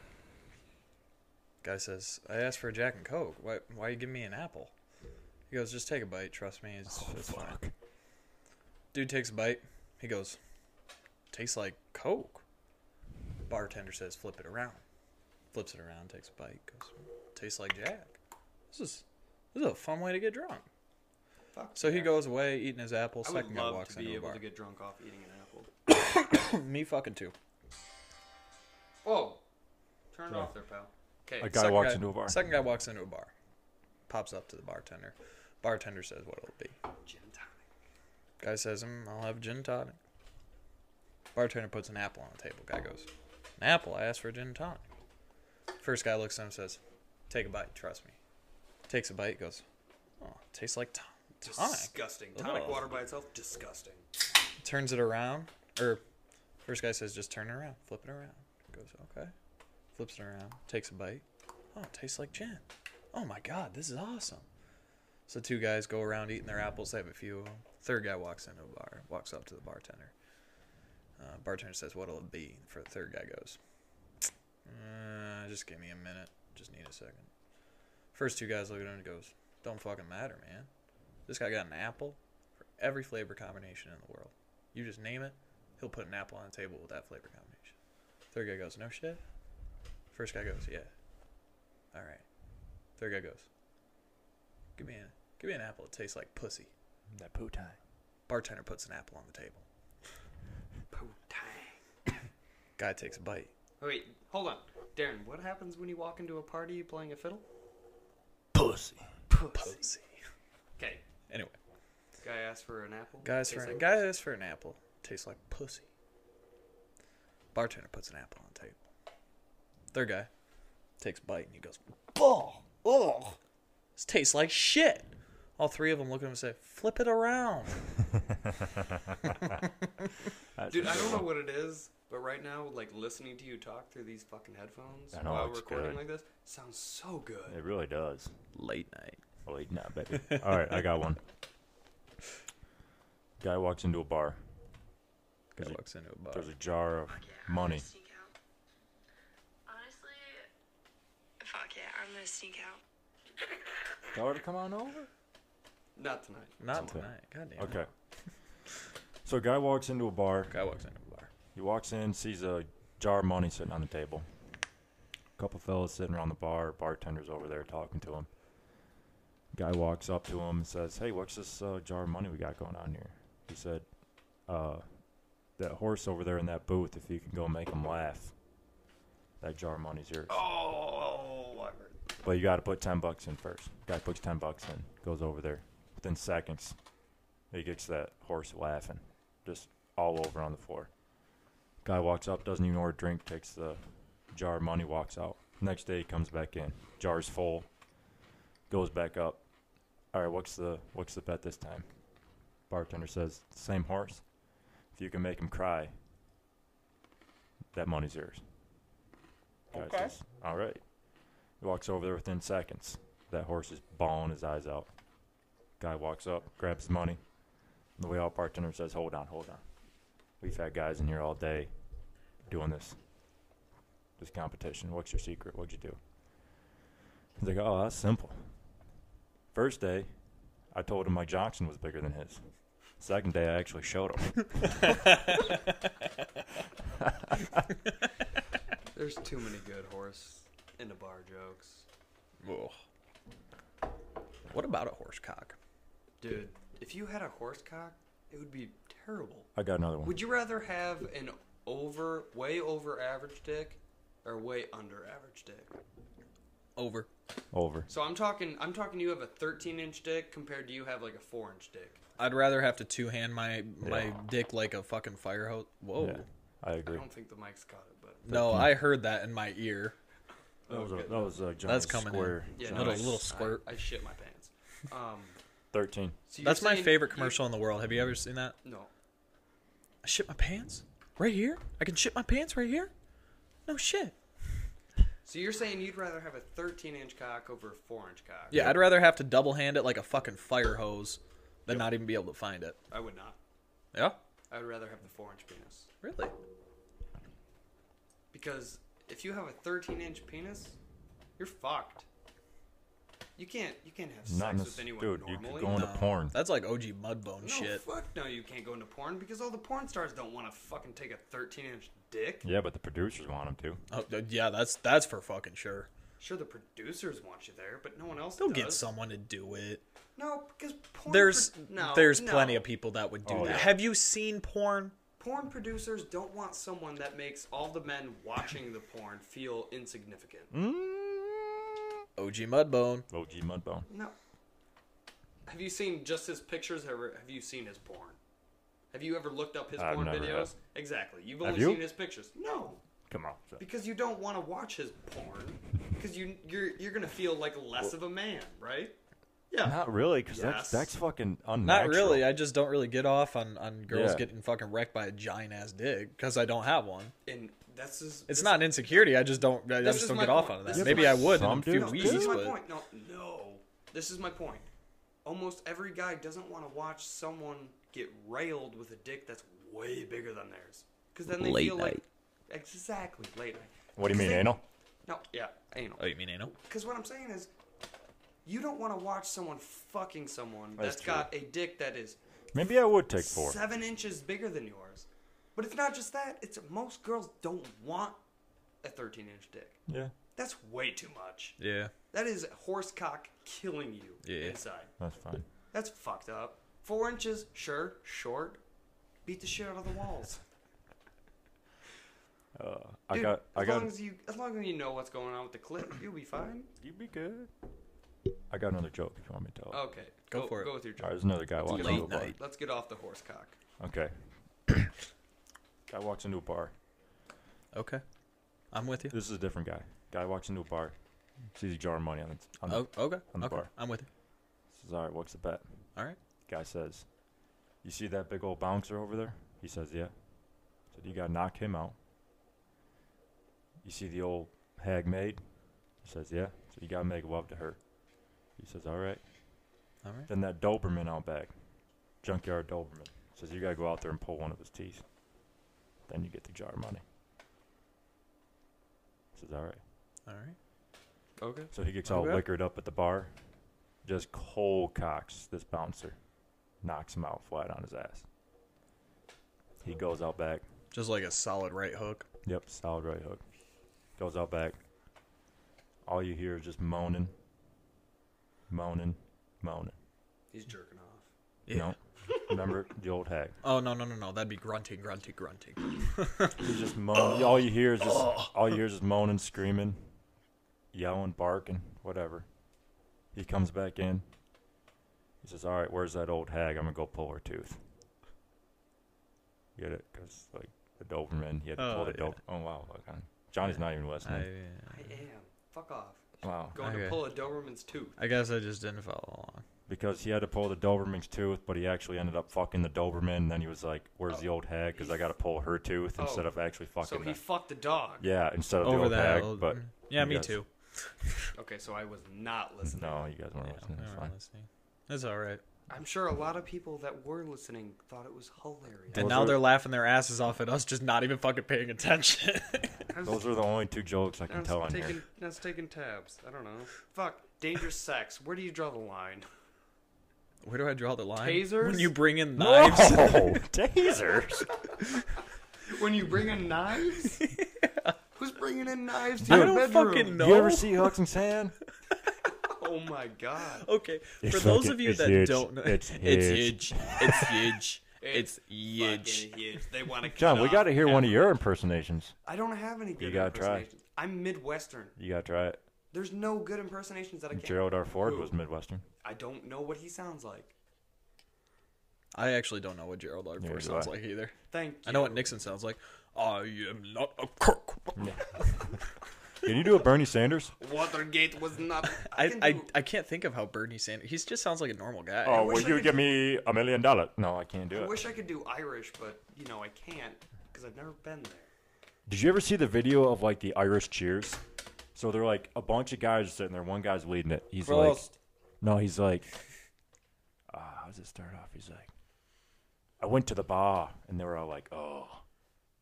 Speaker 4: Guy says, "I asked for a Jack and Coke. Why? Why you giving me an apple?" He goes, "Just take a bite. Trust me, it's, it's fine." Dude takes a bite. He goes, "Tastes like Coke." Bartender says, "Flip it around." Flips it around, takes a bite. Goes, "Tastes like Jack." This is this is a fun way to get drunk.
Speaker 3: Fuck
Speaker 4: So he
Speaker 3: yeah.
Speaker 4: goes away eating his apple.
Speaker 3: I would
Speaker 4: Second guy
Speaker 3: love
Speaker 4: walks
Speaker 3: to be
Speaker 4: into a
Speaker 3: able
Speaker 4: bar.
Speaker 3: to get drunk off eating an apple.
Speaker 4: Me fucking too.
Speaker 3: Whoa! Turn it off there, pal. Okay.
Speaker 1: A guy
Speaker 4: Second
Speaker 1: walks into a bar.
Speaker 4: Second guy walks into a bar, pops up to the bartender. Bartender says, "What will it be?"
Speaker 3: Gin tonic.
Speaker 4: Guy says, mm, I'll have gin tonic. Bartender puts an apple on the table. Guy goes, An apple? I asked for a gin tonic. First guy looks at him and says, Take a bite, trust me. Takes a bite, goes, Oh, tastes like ton- tonic.
Speaker 3: Disgusting. Tonic
Speaker 4: Ugh.
Speaker 3: water by itself, disgusting.
Speaker 4: Turns it around, or first guy says, Just turn it around, flip it around. Goes, Okay. Flips it around, takes a bite. Oh, it tastes like gin. Oh my god, this is awesome. So two guys go around eating their apples. They have a few. of 'em. Third guy walks into a bar, walks up to the bartender. Uh, bartender says, "What'll it be?" For the third guy goes, uh, "Just give me a minute. Just need a second. First two guys look at him and goes, "Don't fucking matter, man. This guy got an apple for every flavor combination in the world. You just name it, he'll put an apple on the table with that flavor combination." Third guy goes, "No shit." First guy goes, "Yeah." All right. Third guy goes, "Give me a, give me an apple. It tastes like pussy."
Speaker 1: That poo time.
Speaker 4: Bartender puts an apple on the table.
Speaker 3: Poo tang.
Speaker 4: Guy takes a bite.
Speaker 3: Wait, hold on. Darren, what happens when you walk into a party playing a fiddle?
Speaker 1: Pussy.
Speaker 4: Pussy.
Speaker 3: Okay.
Speaker 4: Anyway,
Speaker 3: Guy asks for an apple.
Speaker 4: guys,
Speaker 3: Tastes
Speaker 4: for
Speaker 3: like-
Speaker 4: guy asks for an apple. Tastes like pussy. Bartender puts an apple on the table. Third guy takes a bite and he goes, "Bull, oh, this tastes like shit." All three of them look at him and say, "Flip it around."
Speaker 3: Dude, I
Speaker 1: (laughs)
Speaker 3: don't know what it is, but right now, like listening to you talk through these fucking headphones
Speaker 1: I know,
Speaker 3: while
Speaker 1: it's
Speaker 3: recording
Speaker 1: good.
Speaker 3: like this sounds so good.
Speaker 1: It really does.
Speaker 4: Late night.
Speaker 1: Oh, wait, nah, baby. All right, I (laughs) got one. Guy walks into a bar.
Speaker 4: Guy
Speaker 1: There's a-
Speaker 4: walks into a bar.
Speaker 1: There's a jar of (laughs) money.
Speaker 5: Sneak out. Honestly, fuck yeah, I'm gonna sneak out.
Speaker 1: Tell her to come on over.
Speaker 3: Not tonight.
Speaker 4: Not
Speaker 1: Something.
Speaker 4: tonight. God damn. it.
Speaker 1: Okay. So guy walks into a bar.
Speaker 4: Guy walks into a bar.
Speaker 1: He walks in, sees a jar of money sitting on the table. A couple fellas sitting around the bar. Bartender's over there talking to him. Guy walks up to him and says, "Hey, what's this uh, jar of money we got going on here?" He said, "Uh, that horse over there in that booth. If you can go make him laugh, that jar of money's yours.
Speaker 3: Oh, I heard.
Speaker 1: But you got to put ten bucks in first. Guy puts ten bucks in, goes over there. Within seconds, he gets that horse laughing, just all over on the floor. Guy walks up, doesn't even order a drink, takes the jar of money, walks out. Next day, he comes back in. Jar's full. Goes back up. All right, what's the what's the bet this time? Bartender says, same horse. If you can make him cry, That money's yours. Guy
Speaker 6: Okay.
Speaker 1: says, All right. He walks over there within seconds. That horse is bawling his eyes out. Guy walks up, grabs his money. The way out bartender says, Hold on, hold on. We've had guys in here all day doing this. This competition. What's your secret? What'd you do? He's like, Oh, that's simple. First day, I told him my Johnson was bigger than his. Second day, I actually showed him.
Speaker 3: There's too many good horse in the bar jokes.
Speaker 4: Ugh. What about a horse cock?
Speaker 3: Dude, if you had a horse cock, it would be terrible.
Speaker 1: I got another one.
Speaker 3: Would you rather have an over, way over average dick or way under average dick?
Speaker 4: Over.
Speaker 1: Over.
Speaker 3: So I'm talking, I'm talking. You have a 13 inch dick compared to you have like a four inch dick.
Speaker 4: I'd rather have to two hand my my
Speaker 1: Yeah.
Speaker 4: dick like a fucking fire hose. Whoa.
Speaker 1: Yeah, I
Speaker 3: I
Speaker 1: agree.
Speaker 3: don't think the mic's caught it, but
Speaker 4: No, I heard that in my ear.
Speaker 1: That was a, that was a giant
Speaker 4: That's coming in.
Speaker 1: square.
Speaker 3: yeah,
Speaker 1: giant
Speaker 4: Little-
Speaker 3: I-
Speaker 4: little squirt.
Speaker 3: I, I shit my pants. Um,
Speaker 1: Thirteen.
Speaker 3: so you're
Speaker 4: That's my
Speaker 3: saying
Speaker 4: favorite
Speaker 3: you-
Speaker 4: commercial in the world. Have you ever seen that?
Speaker 3: no,
Speaker 4: I shit my pants right here. I can shit my pants right here. No shit.
Speaker 3: so you're saying you'd rather have a 13 inch cock over a four inch cock?
Speaker 4: Yeah, I'd rather have to double hand it like a fucking fire hose than not even be able to find it.
Speaker 3: I would not.
Speaker 4: Yeah.
Speaker 3: I would rather have the four inch penis
Speaker 4: Really?
Speaker 3: because if you have a 13 inch penis, you're fucked. You can't. You can't
Speaker 1: Not
Speaker 3: have sex
Speaker 1: in
Speaker 3: with
Speaker 1: this-
Speaker 3: anyone
Speaker 1: dude, you
Speaker 3: normally.
Speaker 1: could go on- Into porn.
Speaker 4: That's like OG Mudbone
Speaker 3: no,
Speaker 4: shit.
Speaker 3: fuck no, you can't go into porn because all the porn stars don't want to fucking take a 13 inch dick.
Speaker 1: Yeah, but the producers want him to.
Speaker 4: Oh, d- yeah, that's that's for fucking sure.
Speaker 3: Sure, the producers want you there, but no one else
Speaker 4: They'll
Speaker 3: does.
Speaker 4: get someone to do it.
Speaker 3: No, because porn.
Speaker 4: There's
Speaker 3: pro- no,
Speaker 4: there's
Speaker 3: no.
Speaker 4: plenty of people that would do
Speaker 1: Oh,
Speaker 4: that.
Speaker 1: yeah.
Speaker 4: Have you seen porn?
Speaker 3: porn producers don't want someone that makes all the men watching the porn feel insignificant.
Speaker 4: Mm. OG Mudbone.
Speaker 1: OG Mudbone.
Speaker 3: No. Have you seen just his pictures? Or have you seen his porn? Have you ever looked up his
Speaker 1: I've
Speaker 3: porn
Speaker 1: never
Speaker 3: videos?
Speaker 1: have.
Speaker 3: Exactly. You've
Speaker 1: Have
Speaker 3: only
Speaker 1: you?
Speaker 3: seen his pictures. No,
Speaker 1: Come on. son.
Speaker 3: because you don't want to watch his porn because you you're you're gonna feel like less of a man, right? Yeah.
Speaker 1: Not really, because
Speaker 3: Yes.
Speaker 1: that's that's fucking unnatural.
Speaker 4: Not really. I just don't really get off on, on girls
Speaker 1: Yeah.
Speaker 4: getting fucking wrecked by a giant ass dick because I don't have one.
Speaker 3: and that's is
Speaker 4: It's not insecurity. I just don't. I
Speaker 3: This
Speaker 4: just
Speaker 3: is
Speaker 4: don't
Speaker 3: my
Speaker 4: get off
Speaker 3: point.
Speaker 4: on
Speaker 3: This
Speaker 4: that.
Speaker 3: is
Speaker 4: Maybe
Speaker 3: my-
Speaker 4: I would in
Speaker 1: Some
Speaker 4: a few
Speaker 1: dudes
Speaker 3: No,
Speaker 1: do.
Speaker 4: weeks,
Speaker 3: this is my
Speaker 4: but
Speaker 3: point. No, no, this is my point. Almost every guy doesn't want to watch someone get railed with a dick that's way bigger than theirs, because then they
Speaker 4: Late
Speaker 3: feel
Speaker 4: night.
Speaker 3: like exactly late night.
Speaker 1: What do you
Speaker 3: Because
Speaker 1: mean,
Speaker 3: they-
Speaker 1: anal?
Speaker 3: No, yeah, anal.
Speaker 4: oh, you mean anal?
Speaker 3: Because what I'm saying is, you don't want to watch someone fucking someone
Speaker 1: That's
Speaker 3: that's
Speaker 1: true.
Speaker 3: got a dick that is
Speaker 1: Maybe I would take four.
Speaker 3: seven inches bigger than yours. But it's not just that. It's most girls don't want a 13 inch dick.
Speaker 1: Yeah,
Speaker 3: That's way too much.
Speaker 4: Yeah.
Speaker 3: That is horse cock killing you
Speaker 4: Yeah.
Speaker 3: inside.
Speaker 1: that's fine.
Speaker 3: That's fucked up. Four inches, sure, short. Beat the shit out of the walls.
Speaker 1: (laughs) I
Speaker 3: Dude,
Speaker 1: got. I
Speaker 3: as
Speaker 1: got.
Speaker 3: long as you as long as you know what's going on with the clip, you'll be fine.
Speaker 1: You'd be good. I got another joke if you want me to tell. it. All
Speaker 3: Okay.
Speaker 4: Go for it.
Speaker 3: Go with your joke.
Speaker 1: right, there's another guy
Speaker 3: Let's
Speaker 1: walking
Speaker 3: get
Speaker 1: into a
Speaker 3: off-
Speaker 1: bar.
Speaker 3: Let's get off the horse cock.
Speaker 1: Okay. (coughs) guy walks into a bar.
Speaker 4: Okay. I'm with you.
Speaker 1: This is a different guy. Guy walks into a bar, sees a jar of money on the. On the
Speaker 4: Oh, okay.
Speaker 1: I'm the
Speaker 4: Okay.
Speaker 1: bar.
Speaker 4: I'm with you.
Speaker 1: Says, "All right, what's the bet?"
Speaker 4: All right.
Speaker 1: Guy says, "You see that big old bouncer over there?" He says, "Yeah." Said, "You gotta knock him out." You see the old hag maid? He says, "Yeah." So you gotta make love to her. He says, "All right."
Speaker 4: All right.
Speaker 1: Then that Doberman out back, junkyard Doberman, says, "You gotta go out there and pull one of his teeth." Then you get the jar of money. Says, "All right."
Speaker 4: All right.
Speaker 3: Okay.
Speaker 1: So he gets all
Speaker 4: Okay.
Speaker 1: liquored up at the bar, just cold cocks this bouncer, knocks him out flat on his ass. He goes out back.
Speaker 4: Just like a solid right hook.
Speaker 1: Yep, solid right hook. Goes out back. All you hear is just moaning, moaning, moaning.
Speaker 3: He's jerking off.
Speaker 1: You know, remember the old hag?
Speaker 4: Oh no no no no! That'd be grunting, grunting, grunting.
Speaker 1: He's just moaning. all you hear is just all you hear is just moaning, screaming, yelling, barking, whatever. He comes back in. He says, "All right, where's that old hag? I'm gonna go pull her tooth." Get it? Cause like the Doberman, he had to
Speaker 4: Oh,
Speaker 1: pull the
Speaker 4: yeah.
Speaker 1: Doberman. Oh wow, look, I'm- Johnny's not even
Speaker 4: I,
Speaker 1: listening.
Speaker 3: I am. Fuck off.
Speaker 1: wow.
Speaker 3: Going
Speaker 4: Okay.
Speaker 3: to pull a Doberman's tooth.
Speaker 4: I guess I just didn't follow along.
Speaker 1: because he had to pull the Doberman's tooth, but he actually ended up fucking the Doberman. And then he was like, "Where's the old hag? Because I got to pull her tooth
Speaker 3: Oh.
Speaker 1: instead of actually fucking."
Speaker 3: So he
Speaker 1: the-
Speaker 3: fucked the dog.
Speaker 1: yeah, instead of the
Speaker 4: over
Speaker 1: old
Speaker 4: that.
Speaker 1: hag.
Speaker 4: old-
Speaker 1: But
Speaker 4: yeah,
Speaker 1: you
Speaker 4: me
Speaker 1: guys-
Speaker 4: too.
Speaker 3: Okay, so I was not listening.
Speaker 1: No, you guys weren't
Speaker 4: Yeah,
Speaker 1: listening. It's
Speaker 4: I
Speaker 1: fine.
Speaker 4: remember listening. That's all right.
Speaker 3: I'm sure a lot of people that were listening thought it was hilarious.
Speaker 4: And
Speaker 1: Those
Speaker 4: now
Speaker 1: are-
Speaker 4: they're laughing their asses off at us, just not even fucking paying attention. (laughs)
Speaker 3: I was,
Speaker 1: Those are the only two jokes I
Speaker 3: I
Speaker 1: can
Speaker 3: was
Speaker 1: tell on
Speaker 3: taking,
Speaker 1: here.
Speaker 3: I was taking tabs. I don't know. Fuck. Dangerous sex. Where do you draw the line?
Speaker 4: Where do I draw the line?
Speaker 3: Tasers?
Speaker 4: When you bring in
Speaker 1: No,
Speaker 4: knives. (laughs)
Speaker 1: (laughs) tasers.
Speaker 3: (laughs) When you bring
Speaker 1: (laughs)
Speaker 3: in knives? Who's bringing in knives to
Speaker 4: I
Speaker 3: your
Speaker 4: don't
Speaker 3: bedroom?
Speaker 4: fucking know.
Speaker 1: You ever see Hooks and Sand?
Speaker 3: Oh my god.
Speaker 4: Okay,
Speaker 1: It's
Speaker 4: (laughs) for those
Speaker 1: fucking-
Speaker 4: of you
Speaker 1: it's
Speaker 4: that
Speaker 1: huge.
Speaker 4: don't know,
Speaker 1: It's
Speaker 4: (laughs) it's huge. It's
Speaker 3: (laughs)
Speaker 4: huge. It's huge.
Speaker 3: Fucking huge. They want to
Speaker 1: John, we got to hear one of your impersonations.
Speaker 3: I don't have any good
Speaker 1: gotta try.
Speaker 3: impersonations. I'm Midwestern.
Speaker 1: You got to try it.
Speaker 3: There's no good impersonations that I can.
Speaker 1: Gerald R. Ford
Speaker 3: Who?
Speaker 1: was Midwestern.
Speaker 3: I don't know what he sounds like.
Speaker 4: I actually don't know what Gerald R.
Speaker 1: do
Speaker 4: Ford sounds
Speaker 1: I.
Speaker 4: like either.
Speaker 3: Thank you.
Speaker 4: I know what Nixon sounds like. I am not a crook.
Speaker 1: Can you do a Bernie Sanders?
Speaker 3: Watergate
Speaker 1: (laughs)
Speaker 3: was not. I,
Speaker 4: I,
Speaker 3: can
Speaker 4: I,
Speaker 3: do-
Speaker 4: I can't think of how Bernie Sanders. He just sounds like a normal guy.
Speaker 1: Oh,
Speaker 3: wish
Speaker 1: will
Speaker 3: I
Speaker 1: you
Speaker 3: could-
Speaker 1: give me a million dollars? No, I can't do
Speaker 3: I
Speaker 1: it.
Speaker 3: wish I could do Irish, but you know I can't because I've never been there.
Speaker 1: Did you ever see the video of like the Irish cheers? So they're like a bunch of guys are sitting there. One guy's leading it. He's
Speaker 4: Prost.
Speaker 1: like, no, he's like, uh, how does it start off? He's like, I went to the bar and they were all like, oh.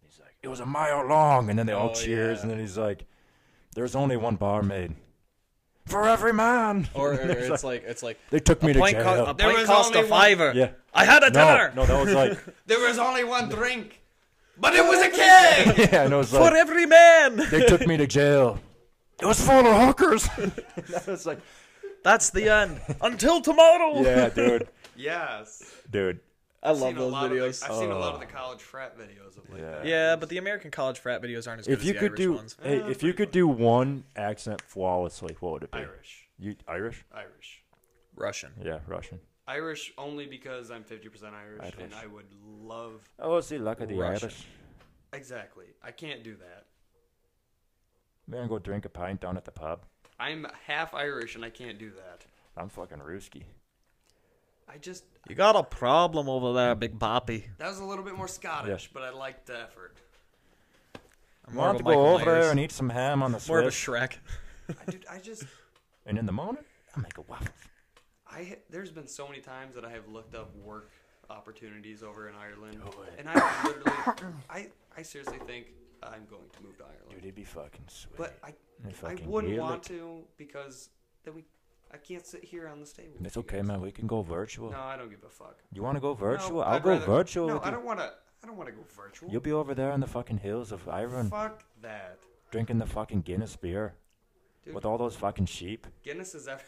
Speaker 1: He's like, it was a mile long, and then they all
Speaker 4: Oh,
Speaker 1: cheers,
Speaker 4: yeah.
Speaker 1: and then he's like, there's only one barmaid for every man.
Speaker 4: (laughs)
Speaker 1: (laughs)
Speaker 4: (laughs) Or, or it's like it's like
Speaker 1: They took me to
Speaker 4: pint
Speaker 1: jail.
Speaker 4: co- a
Speaker 3: There
Speaker 4: pint
Speaker 3: was
Speaker 4: cost
Speaker 3: only
Speaker 4: a
Speaker 3: one-
Speaker 4: fiver.
Speaker 1: Yeah.
Speaker 4: I had a
Speaker 1: no,
Speaker 4: dinner
Speaker 1: no, that was like,
Speaker 4: (laughs)
Speaker 1: (laughs)
Speaker 3: There was only one drink, but it (laughs) was a keg.
Speaker 1: yeah, and it was like,
Speaker 4: for every man.
Speaker 1: they took me to jail. It was full of
Speaker 4: (laughs)
Speaker 1: hookers. (laughs) I was like,
Speaker 4: That's the
Speaker 1: (laughs)
Speaker 4: end. Until tomorrow.
Speaker 1: yeah, dude,
Speaker 3: yes.
Speaker 1: dude.
Speaker 4: I
Speaker 3: I've
Speaker 4: love
Speaker 3: seen a
Speaker 4: those
Speaker 3: lot of the-
Speaker 4: videos. Oh.
Speaker 3: I've seen a lot of the college frat videos of like
Speaker 1: Yeah.
Speaker 3: that.
Speaker 4: yeah, but the American college frat videos aren't as good
Speaker 1: If
Speaker 4: as
Speaker 1: you
Speaker 4: the
Speaker 1: could
Speaker 4: Irish
Speaker 1: do,
Speaker 4: ones.
Speaker 3: Ah,
Speaker 1: hey, if you could do one accent flawlessly, what would it be?
Speaker 3: Irish,
Speaker 1: You Irish?
Speaker 3: Irish,
Speaker 4: Russian.
Speaker 1: Yeah, Russian.
Speaker 3: Irish only because I'm 50% Irish, and
Speaker 1: Irish.
Speaker 3: I would love
Speaker 1: Oh, see, luck of the
Speaker 4: Russian.
Speaker 1: Irish.
Speaker 3: exactly. I can't do that.
Speaker 1: Man, go drink a pint down at the pub.
Speaker 3: I'm half Irish, and I can't do that.
Speaker 1: I'm fucking Ruski.
Speaker 3: I just
Speaker 4: You got a problem over there, Big Poppy.
Speaker 3: that was a little bit more Scottish, but I liked the effort.
Speaker 4: I'm
Speaker 1: Want to go over there and eat some ham on the
Speaker 4: more of a
Speaker 1: Swiss?
Speaker 4: (laughs) Shrek.
Speaker 3: I, dude, I just
Speaker 1: and in the morning, I make a waffle.
Speaker 3: I there's been so many times that I have looked up work opportunities over in Ireland, and I
Speaker 1: (coughs)
Speaker 3: literally, I I seriously think I'm going to move to
Speaker 1: Dude,
Speaker 3: Ireland,
Speaker 1: it'd be fucking sweet.
Speaker 3: but I
Speaker 1: I
Speaker 3: I
Speaker 1: fucking
Speaker 3: wouldn't
Speaker 1: nailed
Speaker 3: want
Speaker 1: it.
Speaker 3: to because then we I can't sit here on this table.
Speaker 1: It's
Speaker 3: with you
Speaker 1: okay,
Speaker 3: guys.
Speaker 1: man. We can go virtual.
Speaker 3: No, I don't give a fuck.
Speaker 1: You want to go virtual?
Speaker 3: No,
Speaker 1: I'll
Speaker 3: I'd
Speaker 1: go
Speaker 3: rather-
Speaker 1: virtual.
Speaker 3: No,
Speaker 1: with
Speaker 3: I
Speaker 1: you.
Speaker 3: don't want to. I don't want to go virtual.
Speaker 1: You'll be over there in the fucking hills of Ireland,
Speaker 3: Fuck that.
Speaker 1: drinking the fucking Guinness beer
Speaker 3: Dude.
Speaker 1: with all those fucking sheep.
Speaker 3: Guinness is every.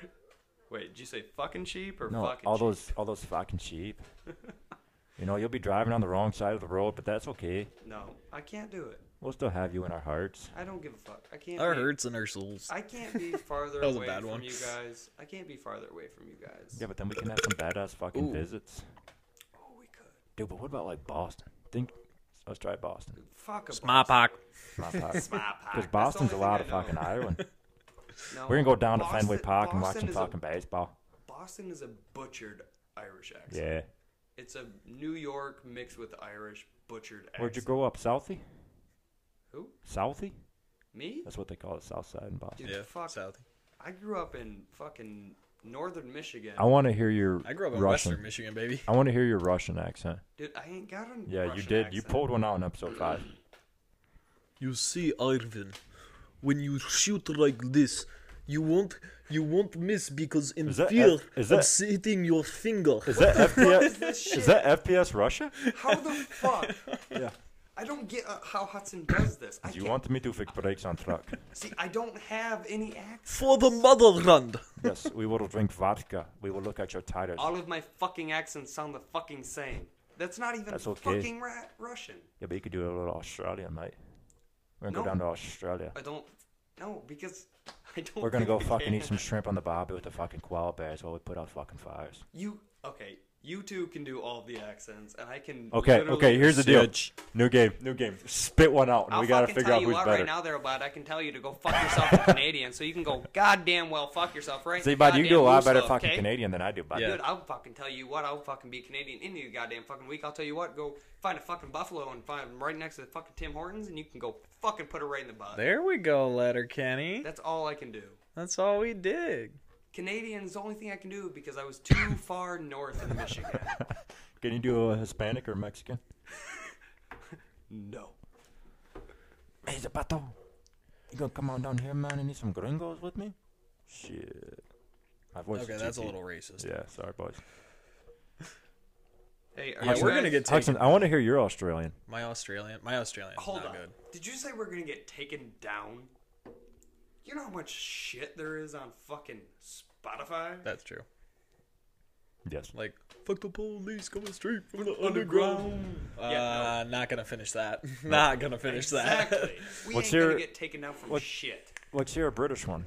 Speaker 3: (laughs) Wait, did you say fucking sheep or
Speaker 1: No,
Speaker 3: fucking
Speaker 1: all
Speaker 3: sheep?
Speaker 1: those all those fucking sheep.
Speaker 4: (laughs)
Speaker 1: you know, you'll be driving on the wrong side of the road, but that's okay.
Speaker 3: No, I can't do it.
Speaker 1: We'll still have you in our hearts.
Speaker 3: I don't give a fuck. I can't.
Speaker 4: Our
Speaker 3: be,
Speaker 4: hurts and our souls.
Speaker 3: I can't
Speaker 4: (laughs)
Speaker 3: be farther
Speaker 4: That was a
Speaker 3: away
Speaker 4: bad
Speaker 3: from
Speaker 4: one.
Speaker 3: you guys. I can't be farther away from you guys.
Speaker 1: Yeah, but then we can have some badass fucking
Speaker 4: Ooh.
Speaker 1: visits.
Speaker 3: Oh, we could.
Speaker 1: Dude, but what about like Boston? Think let's try Boston.
Speaker 3: Fuck a
Speaker 4: Smallpock. (laughs)
Speaker 1: Because
Speaker 3: Because
Speaker 1: Boston's a lot of fucking Ireland. We're gonna go down to Fenway Park and watch some fucking baseball.
Speaker 3: Boston is a butchered Irish accent.
Speaker 1: Yeah.
Speaker 3: It's a New York mixed with Irish butchered accent.
Speaker 1: Where'd you grow up? Southie?
Speaker 3: Who?
Speaker 1: Southie?
Speaker 3: Me?
Speaker 1: That's what they call the South Side in Boston.
Speaker 3: Dude,
Speaker 4: Yeah,
Speaker 3: fuck.
Speaker 4: South.
Speaker 3: I grew up in fucking northern Michigan.
Speaker 1: I want to hear your
Speaker 4: I grew up in
Speaker 1: Russian.
Speaker 4: Western Michigan, baby.
Speaker 1: I want to hear your Russian accent.
Speaker 3: Dude, I ain't got a
Speaker 1: Yeah, you
Speaker 3: Russian
Speaker 1: did. You
Speaker 3: accent.
Speaker 1: pulled one out in episode five.
Speaker 4: You see, Irvin, when you shoot like this, you won't you won't miss because in
Speaker 1: Is that fear F- is of that-
Speaker 4: hitting your finger.
Speaker 1: Is that FPS?
Speaker 3: This shit.
Speaker 1: is that FPS Russia?
Speaker 3: How
Speaker 1: (laughs)
Speaker 3: the fuck?
Speaker 1: Yeah.
Speaker 3: I don't get uh, how Hudson does this. I
Speaker 1: You
Speaker 3: can't-
Speaker 1: want me to fix brakes on
Speaker 3: (laughs)
Speaker 1: truck?
Speaker 3: See, I don't have any accent.
Speaker 4: For the motherland.
Speaker 1: yes, we will drink vodka. We will look at your titles.
Speaker 3: All of my fucking accents sound the fucking same. That's not even
Speaker 1: That's okay.
Speaker 3: fucking ra- Russian.
Speaker 1: Yeah, but you could do a little Australian, mate. We're gonna
Speaker 3: No.
Speaker 1: go down to Australia.
Speaker 3: I don't. No, because (laughs) I don't.
Speaker 1: We're gonna
Speaker 3: think
Speaker 1: go
Speaker 3: we
Speaker 1: fucking
Speaker 3: can.
Speaker 1: eat some shrimp on the barbie with the fucking koala bears while we put out fucking fires.
Speaker 3: You okay? You two can do all the accents, and I can.
Speaker 1: Okay,
Speaker 3: literally-
Speaker 1: okay. Here's the deal.
Speaker 4: Switch.
Speaker 1: New game, new game. Spit one out, and
Speaker 3: I'll
Speaker 1: we gotta
Speaker 3: fucking
Speaker 1: figure
Speaker 3: tell
Speaker 1: out
Speaker 3: you
Speaker 1: who's
Speaker 3: what
Speaker 1: better.
Speaker 3: right now, there, bud. I can tell you to go fuck yourself, a Canadian. So you can go goddamn well fuck yourself, right?
Speaker 1: See, bud, you do a lot better fucking
Speaker 3: Canadian.
Speaker 1: Canadian than I do, bud.
Speaker 4: Yeah.
Speaker 3: Dude, I'll fucking tell you what, I'll fucking be Canadian any of the goddamn fucking week. I'll tell you what, go find a fucking Buffalo and find 'em right next to the fucking Tim Hortons and you can go fucking put it right in the butt.
Speaker 4: There we go, letter Kenny.
Speaker 3: That's all I can do.
Speaker 4: That's all we did.
Speaker 3: Canadian is the only thing I can do because I was too (coughs) far north in Michigan.
Speaker 1: Can you do a Hispanic or
Speaker 4: (laughs)
Speaker 1: Mexican?
Speaker 3: No.
Speaker 1: Hey, Zapato, you gonna come on down here, man, and eat some gringos with me? Shit. My voice
Speaker 4: Okay,
Speaker 1: is
Speaker 4: that's a
Speaker 1: cheeky.
Speaker 4: little racist.
Speaker 1: Yeah, sorry, boys.
Speaker 3: Hey, are
Speaker 4: Yeah,
Speaker 3: you
Speaker 4: we're
Speaker 3: guys-
Speaker 4: gonna get taken.
Speaker 1: Hudson, I want to hear your Australian.
Speaker 4: My Australian, my Australian,
Speaker 3: Hold
Speaker 4: not
Speaker 3: on.
Speaker 4: good.
Speaker 3: Did you say we're gonna get taken down? You know how much shit there is on fucking Spotify?
Speaker 4: That's true.
Speaker 1: Yes.
Speaker 4: Like fuck the police coming straight from the underground. Uh,
Speaker 3: Yeah,
Speaker 4: not gonna finish (laughs) that. not gonna finish
Speaker 3: Exactly.
Speaker 4: (laughs)
Speaker 3: We
Speaker 1: What's
Speaker 3: ain't
Speaker 1: your-
Speaker 3: gonna get taken down from
Speaker 1: what-
Speaker 3: shit.
Speaker 1: Let's hear a British one.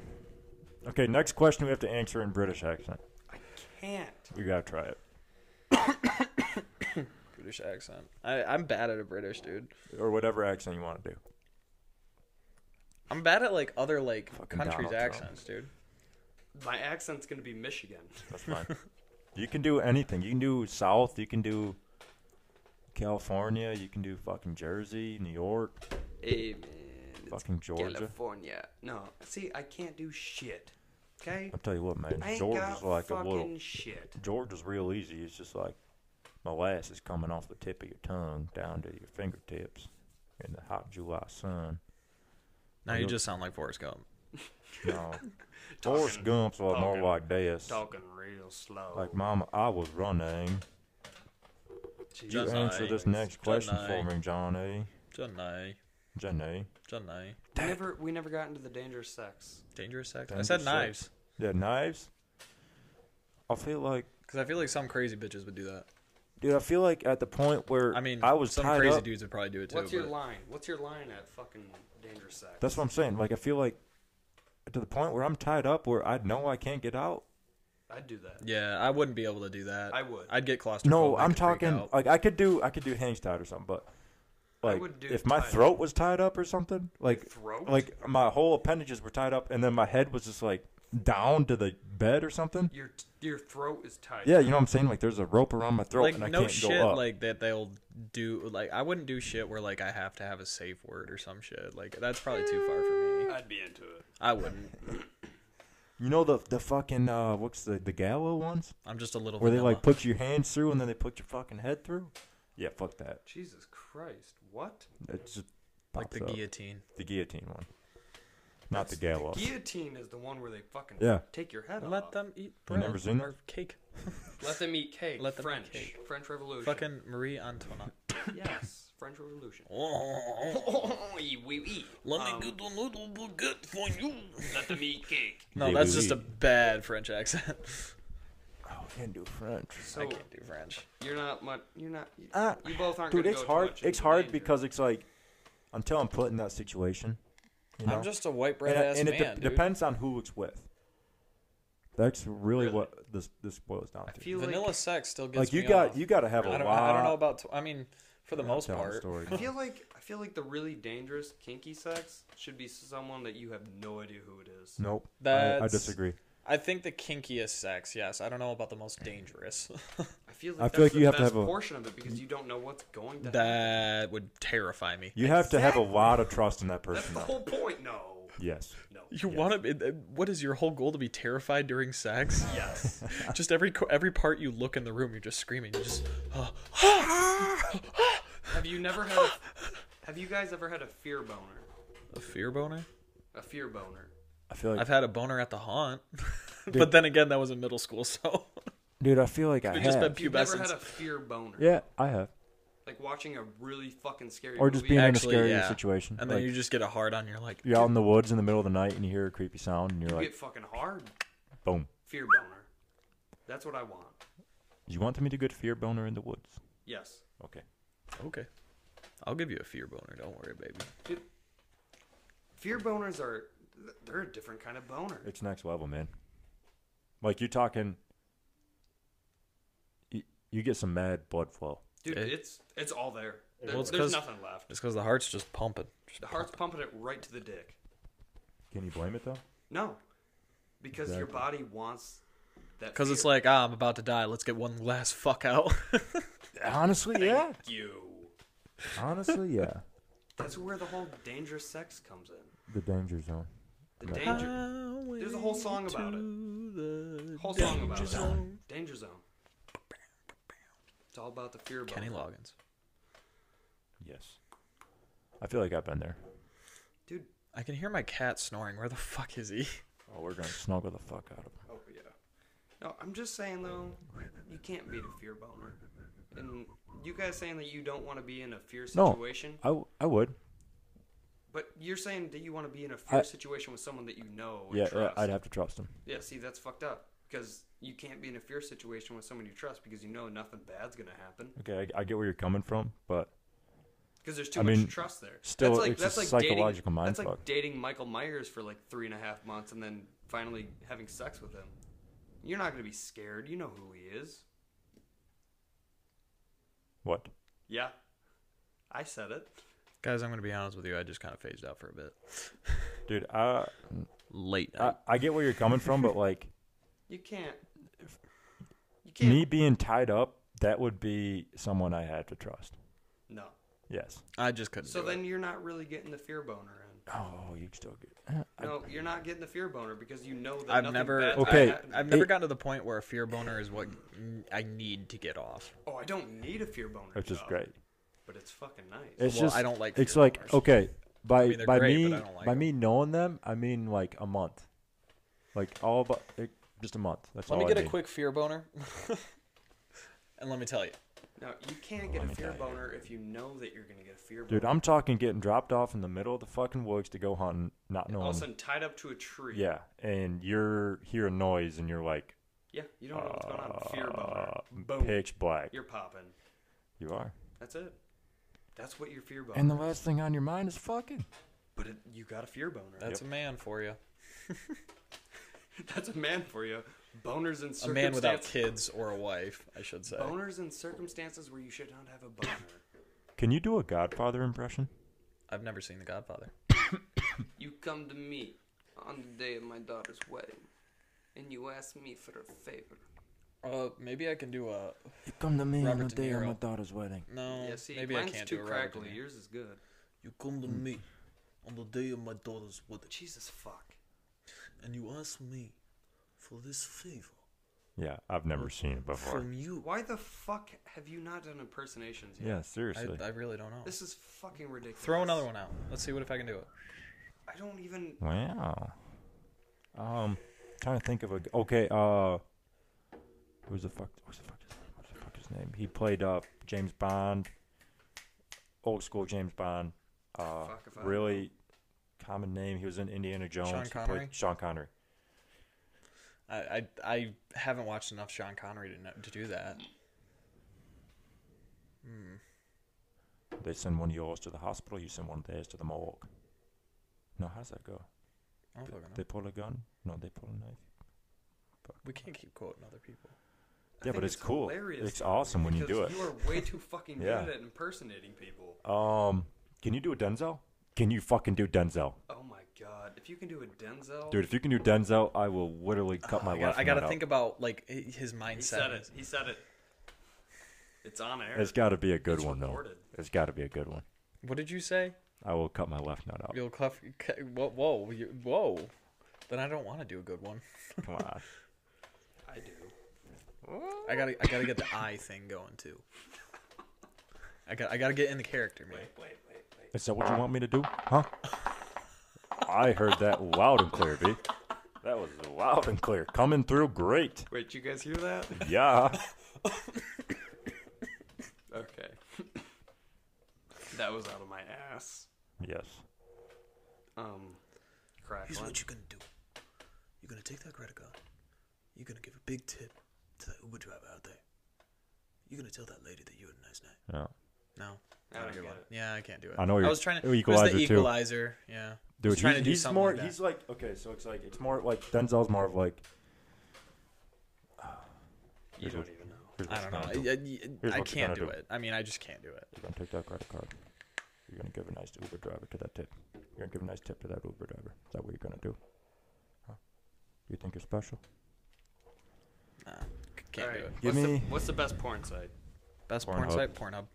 Speaker 1: Okay, next question we have to answer in British accent.
Speaker 3: I can't.
Speaker 1: You gotta try it.
Speaker 4: that. British accent. I, I'm bad at a British dude.
Speaker 1: Or whatever accent you want to do.
Speaker 4: I'm bad at like other like
Speaker 1: Fucking
Speaker 4: countries'
Speaker 1: Donald Trump.
Speaker 4: accents, dude.
Speaker 3: My accent's gonna be Michigan.
Speaker 1: That's
Speaker 4: (laughs)
Speaker 1: fine. you can do anything. You can do South, you can do California, you can do fucking Jersey, New York,
Speaker 3: Amen.
Speaker 1: fucking Georgia.
Speaker 3: California. No, see, I can't do shit. Okay,
Speaker 1: I'll tell you what, man.
Speaker 3: I ain't
Speaker 1: George
Speaker 3: got
Speaker 1: is like a
Speaker 3: fucking
Speaker 1: little.
Speaker 3: shit.
Speaker 1: George is real easy. It's just like molasses coming off the tip of your tongue down to your fingertips in the hot July
Speaker 3: (laughs)
Speaker 1: sun.
Speaker 4: Now
Speaker 1: I
Speaker 4: you
Speaker 1: don't-
Speaker 4: just sound like Forrest Gump.
Speaker 1: No. Forrest Gump's like more
Speaker 3: talking-
Speaker 1: like this.
Speaker 3: Talking real slow.
Speaker 1: Like, Mama, I was running. You
Speaker 4: Johnny.
Speaker 1: answer this next question for
Speaker 4: Johnny.
Speaker 1: me, Johnny.
Speaker 4: Johnny,
Speaker 1: Johnny.
Speaker 4: Johnny,
Speaker 3: we never, we never got into the dangerous sex.
Speaker 4: dangerous accent. I
Speaker 1: Dangerous
Speaker 4: said
Speaker 1: sex.
Speaker 4: knives
Speaker 1: Yeah, knives. I feel like,
Speaker 4: because I feel like some crazy bitches would do that.
Speaker 1: dude, I feel like at the point where
Speaker 4: I mean,
Speaker 1: I was
Speaker 4: some
Speaker 1: tied
Speaker 4: crazy
Speaker 1: up.
Speaker 4: dudes would probably do it too.
Speaker 3: What's your
Speaker 4: but-
Speaker 3: line? What's your line at fucking dangerous sex?
Speaker 1: That's what I'm saying. Like, I feel like to the point where I'm tied up, where I know I can't get out.
Speaker 3: I'd do that.
Speaker 4: Yeah, I wouldn't be able to do that.
Speaker 3: I would.
Speaker 4: I'd get claustrophobic.
Speaker 1: No, I'm
Speaker 4: and freak
Speaker 1: talking
Speaker 4: out.
Speaker 1: like I could do I could do hangs tied or something, but like
Speaker 3: would do
Speaker 1: if my
Speaker 3: tied.
Speaker 1: throat was tied up or something, like
Speaker 3: Throat?
Speaker 1: like my whole appendages were tied up, and then my head was just like down to the bed or something.
Speaker 3: Your your throat is tight.
Speaker 1: Yeah, you know what I'm saying? Like there's a rope around my throat,
Speaker 4: like
Speaker 1: and I
Speaker 4: no
Speaker 1: can't
Speaker 4: shit
Speaker 1: go up.
Speaker 4: like that they'll do like I wouldn't do shit where like I have to have a safe word or some shit. Like that's probably too far for me.
Speaker 3: I'd be into it.
Speaker 4: I wouldn't.
Speaker 1: you know the the fucking uh, what's the the gallows ones
Speaker 4: I'm just a little
Speaker 1: where they like
Speaker 4: vanilla.
Speaker 1: put your hands through and then they put your fucking head through? Yeah, fuck that.
Speaker 3: Jesus Christ, what?
Speaker 1: It's just
Speaker 4: like
Speaker 1: pops
Speaker 4: the
Speaker 1: up.
Speaker 4: guillotine.
Speaker 1: the guillotine one, not the
Speaker 3: That's-
Speaker 1: gallows.
Speaker 3: Guillotine is the one where they fucking
Speaker 1: Yeah.
Speaker 3: take your head
Speaker 4: Let
Speaker 3: off.
Speaker 4: them eat
Speaker 1: You
Speaker 4: bread
Speaker 1: never seen
Speaker 4: or cake.
Speaker 3: Let them eat cake.
Speaker 4: Let them eat
Speaker 3: French.
Speaker 4: cake.
Speaker 3: French Revolution.
Speaker 4: Fucking Marie Antoinette.
Speaker 3: (laughs) Yes, French Revolution.
Speaker 4: (laughs) Oh,
Speaker 3: oui, oui. Um,
Speaker 4: a little baguette for you.
Speaker 3: Let them eat cake.
Speaker 1: (laughs)
Speaker 4: No,
Speaker 1: They
Speaker 4: that's
Speaker 1: will
Speaker 4: just a
Speaker 1: eat.
Speaker 4: bad French accent. (laughs)
Speaker 1: Oh, I can't do French.
Speaker 4: I
Speaker 3: So
Speaker 4: can't do French.
Speaker 3: you're not much. You're not. You,
Speaker 1: Uh,
Speaker 3: you both aren't.
Speaker 1: Dude,
Speaker 3: gonna
Speaker 1: it's
Speaker 3: go
Speaker 1: hard.
Speaker 3: Too much
Speaker 1: It's
Speaker 3: into
Speaker 1: hard
Speaker 3: danger.
Speaker 1: because it's like until I'm put in that situation. You know?
Speaker 4: I'm just a white bread
Speaker 1: and, I-
Speaker 4: ass
Speaker 1: and
Speaker 4: man,
Speaker 1: it de-
Speaker 4: dude.
Speaker 1: depends on who it's with. That's really,
Speaker 3: Really?
Speaker 1: what this this boils down
Speaker 3: I
Speaker 1: to.
Speaker 3: feel
Speaker 4: Vanilla
Speaker 3: like
Speaker 4: sex still gets
Speaker 1: like you
Speaker 4: me
Speaker 1: got
Speaker 4: off.
Speaker 1: you got to have a
Speaker 4: I don't,
Speaker 1: lot.
Speaker 4: I don't know about. T- I mean, for the most
Speaker 1: telling
Speaker 4: part,
Speaker 1: story.
Speaker 3: I feel like I feel like the really dangerous kinky sex should be someone that you have no idea who it is.
Speaker 1: Nope. I- I,
Speaker 4: That's-
Speaker 1: disagree.
Speaker 4: I think the kinkiest sex. Yes, I don't know about the most dangerous. (laughs)
Speaker 3: I feel like
Speaker 1: I feel
Speaker 3: that's
Speaker 1: like
Speaker 3: the
Speaker 1: you have to
Speaker 3: best
Speaker 1: have a-
Speaker 3: portion of it because you don't know what's going to. happen.
Speaker 4: that would terrify me.
Speaker 1: You have to have a
Speaker 3: Exactly.
Speaker 1: lot of trust in that
Speaker 3: That's
Speaker 1: person.
Speaker 3: the
Speaker 1: though.
Speaker 3: whole point. No.
Speaker 1: Yes.
Speaker 3: No.
Speaker 4: You
Speaker 1: Yes.
Speaker 4: want to? What is your whole goal to be terrified during sex?
Speaker 3: Yes.
Speaker 4: (laughs) just every co- every part you look in the room, you're just screaming. You just "Ah,
Speaker 3: have you never had? A, have you guys ever had a fear boner?
Speaker 4: a fear boner.
Speaker 3: A fear boner.
Speaker 1: I feel like,
Speaker 4: I've had a boner at the haunt, (laughs) but then again, that was in middle school, so (laughs)
Speaker 1: dude. I feel like I
Speaker 4: it just been
Speaker 1: have.
Speaker 3: You've never had
Speaker 4: pubescence.
Speaker 3: a fear boner.
Speaker 1: Yeah, I have.
Speaker 3: Like watching a really fucking scary
Speaker 1: Or
Speaker 3: movie.
Speaker 1: just being in a
Speaker 4: Actually,
Speaker 1: scary
Speaker 4: yeah.
Speaker 1: situation.
Speaker 4: And then
Speaker 1: like,
Speaker 4: you just get a hard on. You're like,
Speaker 1: you're out in the woods in the middle of the night and you hear a creepy sound and you're
Speaker 3: You
Speaker 1: like,
Speaker 3: get fucking hard.
Speaker 1: boom.
Speaker 3: Fear boner. That's what I want.
Speaker 1: You want me to get fear boner in the woods?
Speaker 3: Yes.
Speaker 1: Okay.
Speaker 4: okay, I'll give you a fear boner. Don't worry, baby.
Speaker 3: Dude, fear boners are they're a different kind of boner.
Speaker 1: It's next level, man. Like you're talking. You, You get some mad blood flow.
Speaker 3: Dude,
Speaker 4: It-
Speaker 3: it's it's all there. There-
Speaker 4: Well, it's
Speaker 3: there's
Speaker 4: 'cause-
Speaker 3: nothing left.
Speaker 4: It's because the heart's just pumping. Just-
Speaker 3: The heart's pumping it right to the dick.
Speaker 1: Can you blame it though?
Speaker 3: No, because your body wants that.
Speaker 4: Because it's
Speaker 3: fear.
Speaker 4: like, ah, I'm about to die. Let's get one last (laughs) fuck out.
Speaker 1: Honestly, (laughs) yeah.
Speaker 3: you.
Speaker 1: Honestly, yeah.
Speaker 3: That's where the whole dangerous sex comes in.
Speaker 1: The danger zone.
Speaker 3: The
Speaker 1: Right.
Speaker 3: danger. There's a whole song about it. Whole song about it. Danger zone. It's all about the fear. Bone.
Speaker 4: Kenny Loggins.
Speaker 1: Yes. I feel like I've been there.
Speaker 3: Dude.
Speaker 4: I can hear my cat snoring. Where the fuck is he? (laughs)
Speaker 1: Oh, we're gonna snuggle the fuck out of him.
Speaker 3: Oh yeah. No, I'm just saying though, you can't beat a fear boner. And you guys saying that you don't want to be in a fear
Speaker 1: No,
Speaker 3: situation,
Speaker 1: I, w- I would.
Speaker 3: but you're saying that you want to be in a fear
Speaker 1: I-
Speaker 3: situation with someone that you know. And
Speaker 1: Yeah, yeah,
Speaker 3: trust.
Speaker 1: I'd have to trust him.
Speaker 3: Yeah, see, that's fucked up because you can't be in a fear situation with someone you trust because you know nothing bad's gonna happen
Speaker 1: Okay, I, I get where you're coming from, but
Speaker 3: because there's too
Speaker 1: I
Speaker 3: much
Speaker 1: mean,
Speaker 3: trust there.
Speaker 1: still,
Speaker 3: that's like,
Speaker 1: it's a
Speaker 3: that's like
Speaker 1: psychological
Speaker 3: dating, That's
Speaker 1: mindfuck.
Speaker 3: like dating Michael Myers for like three and a half months and then finally having sex with him. You're not gonna be scared. You know who he is.
Speaker 1: what?
Speaker 3: Yeah, I said it.
Speaker 4: Guys, I'm gonna be honest with you. I just kind of phased out for a bit.
Speaker 1: Dude, I,
Speaker 4: Late.
Speaker 1: I I get where you're coming from, but like
Speaker 3: You can't. You can't.
Speaker 1: me being tied up, that would be someone I had to trust.
Speaker 3: No.
Speaker 1: Yes.
Speaker 4: I just couldn't.
Speaker 3: So
Speaker 4: do
Speaker 3: then
Speaker 4: it.
Speaker 3: you're not really getting the fear boner in.
Speaker 1: Oh, you still get.
Speaker 3: No, you're not getting the fear boner because you know that
Speaker 4: I've
Speaker 3: nothing
Speaker 4: never.
Speaker 3: bad's gonna
Speaker 1: Okay.
Speaker 4: I,
Speaker 3: happen.
Speaker 4: have never
Speaker 1: It-
Speaker 4: gotten to the point where a fear boner is what I need to get off.
Speaker 3: Oh, I don't need a fear boner.
Speaker 1: Which is
Speaker 3: though,
Speaker 1: great.
Speaker 3: But it's fucking nice.
Speaker 1: It's
Speaker 4: Well,
Speaker 1: just
Speaker 4: I don't like
Speaker 1: It's
Speaker 4: fear
Speaker 1: like
Speaker 4: bars.
Speaker 1: okay, by
Speaker 4: mean, they're
Speaker 1: by
Speaker 4: great,
Speaker 1: me
Speaker 4: but I don't like
Speaker 1: by
Speaker 4: them.
Speaker 1: me knowing them, I mean like a month, like all but it, just a month. That's
Speaker 4: Let
Speaker 1: all
Speaker 4: me
Speaker 1: Oh,
Speaker 4: get
Speaker 1: I
Speaker 4: a
Speaker 1: need.
Speaker 4: quick fear boner, (laughs) and let me tell you.
Speaker 3: no, you can't get
Speaker 1: Let
Speaker 3: a
Speaker 1: me
Speaker 3: fear
Speaker 1: tell you.
Speaker 3: boner if you know that you're gonna get a fear boner.
Speaker 1: Dude, I'm talking getting dropped off in the middle of the fucking woods to go hunting, not
Speaker 3: all of a
Speaker 1: knowing.
Speaker 3: sudden tied up to a tree.
Speaker 1: Yeah, and you're hear a noise and you're like
Speaker 3: Yeah. You don't know what's going on. Fear boner.
Speaker 1: uh,
Speaker 3: Boom.
Speaker 1: pitch black.
Speaker 3: You're popping.
Speaker 1: You are.
Speaker 3: That's it. That's what your fear boner.
Speaker 1: And the
Speaker 3: is.
Speaker 1: last thing on your mind is fucking.
Speaker 3: But it, you got a fear boner.
Speaker 4: That's a man for you.
Speaker 3: (laughs) That's a man for you. Boners and circumstances.
Speaker 4: A man without kids or a wife, I should say.
Speaker 3: Boners in circumstances where you should not have a boner.
Speaker 1: Can you do a Godfather impression?
Speaker 4: I've never seen The Godfather.
Speaker 3: You come to me on the day of my daughter's wedding, and you ask me for a favor.
Speaker 4: Uh, maybe I can do a.
Speaker 1: You come to me
Speaker 4: on Robert the De day of Niro. my
Speaker 1: daughter's wedding.
Speaker 4: No,
Speaker 3: yeah, see,
Speaker 4: maybe I
Speaker 3: mine's
Speaker 4: can't
Speaker 3: too
Speaker 4: do a Robert De
Speaker 3: crackly. Hmm.
Speaker 4: Niro.
Speaker 3: Yours is good.
Speaker 6: You come to me on the day of my daughter's wedding,
Speaker 3: Jesus fuck.
Speaker 6: and you ask me for this favor
Speaker 1: Yeah, I've never seen it before.
Speaker 6: from you.
Speaker 3: Why the fuck have you not done impersonations yet?
Speaker 1: Yeah, seriously.
Speaker 4: I, I really don't know.
Speaker 3: This is fucking ridiculous.
Speaker 4: Throw another one out. Let's see what if I can do it.
Speaker 3: I don't even.
Speaker 1: Wow. Um, trying to think of a g- okay. Uh, who's the fuck? What's the fuck? His, what's the fuck his name? He played uh James Bond, old school James Bond. Uh,
Speaker 3: Fuck if I
Speaker 1: really common name. He was in Indiana Jones. He played
Speaker 4: Connery?
Speaker 1: Sean Connery.
Speaker 4: I I, I haven't watched enough Sean Connery to know, to do that.
Speaker 1: They send one of yours to the hospital. You send one of theirs to the morgue. No, how's that go?
Speaker 4: I don't fucking know.
Speaker 1: They pull a gun. No, they pull a knife.
Speaker 4: We can't keep quoting other people.
Speaker 3: I
Speaker 1: Yeah,
Speaker 3: think
Speaker 1: but it's cool.
Speaker 3: hilarious,
Speaker 1: It's awesome when you do
Speaker 3: because
Speaker 1: it.
Speaker 3: You are way too fucking
Speaker 1: Yeah.
Speaker 3: good at impersonating people.
Speaker 1: Um, can you do a Denzel? Can you fucking do Denzel?
Speaker 3: Oh my god. If you can do a Denzel.
Speaker 1: Dude, if you can do Denzel, I will literally cut my
Speaker 4: Oh, I gotta,
Speaker 1: left
Speaker 4: I gotta
Speaker 1: nut
Speaker 4: think
Speaker 1: out.
Speaker 4: about like i- his mindset.
Speaker 3: He said it. He said it. It's on air.
Speaker 1: It's got to be a good
Speaker 3: It's
Speaker 1: one,
Speaker 3: recorded.
Speaker 1: though. It's got to be a good one.
Speaker 4: What did you say?
Speaker 1: I will cut my left nut out.
Speaker 4: You'll cuff. ca- Whoa, whoa, you- whoa. Then I don't want to do a good one.
Speaker 1: Come
Speaker 4: (laughs)
Speaker 1: on.
Speaker 3: I do.
Speaker 4: I gotta, I gotta get the
Speaker 3: (laughs)
Speaker 4: eye thing going too. I got, I gotta get in the character, man.
Speaker 3: Wait, wait, wait.
Speaker 1: Is that what you want me to do? Huh? I heard that loud and clear, B. That was loud and clear. Coming through great.
Speaker 3: Wait, you guys hear that?
Speaker 1: (laughs) Yeah.
Speaker 3: Okay. that was out of my ass.
Speaker 1: Yes.
Speaker 3: Um,
Speaker 6: Here's
Speaker 3: crackling.
Speaker 6: what you're gonna do. You're gonna take that credit card. You're gonna give a big tip to that Uber driver out there. You're gonna tell that lady that you had a nice night.
Speaker 1: Yeah.
Speaker 4: No,
Speaker 3: I don't get
Speaker 4: Yeah,
Speaker 3: it.
Speaker 4: yeah, I can't do it.
Speaker 1: I know you're-
Speaker 4: I was trying to.
Speaker 1: you're
Speaker 4: it was the
Speaker 1: Equalizer, too.
Speaker 4: equalizer. Yeah. I was
Speaker 1: Dude,
Speaker 4: trying
Speaker 1: he's,
Speaker 4: to do
Speaker 1: he's
Speaker 4: something
Speaker 1: more.
Speaker 4: like that.
Speaker 1: he's like okay, so it's like it's more like Denzel's more of like
Speaker 3: You don't even know.
Speaker 1: Here's
Speaker 4: I
Speaker 1: what
Speaker 4: don't
Speaker 1: you're
Speaker 4: know.
Speaker 1: gonna do.
Speaker 4: I-
Speaker 1: Here's
Speaker 4: I, I
Speaker 1: what you're
Speaker 4: can't
Speaker 1: gonna
Speaker 4: do
Speaker 1: do.
Speaker 4: it. I mean, I just can't do it.
Speaker 1: You're gonna take that credit card. You're gonna give a nice Uber driver to that tip. You're gonna give a nice tip to that Uber driver. Is that what you're gonna do? Huh? You think you're (laughs) special?
Speaker 4: Nah, c- can't do
Speaker 3: Alright,
Speaker 4: it.
Speaker 1: Give
Speaker 3: what's,
Speaker 1: me-
Speaker 3: The, what's the best porn site?
Speaker 4: Best porn
Speaker 1: Pornhub.
Speaker 4: site, Pornhub.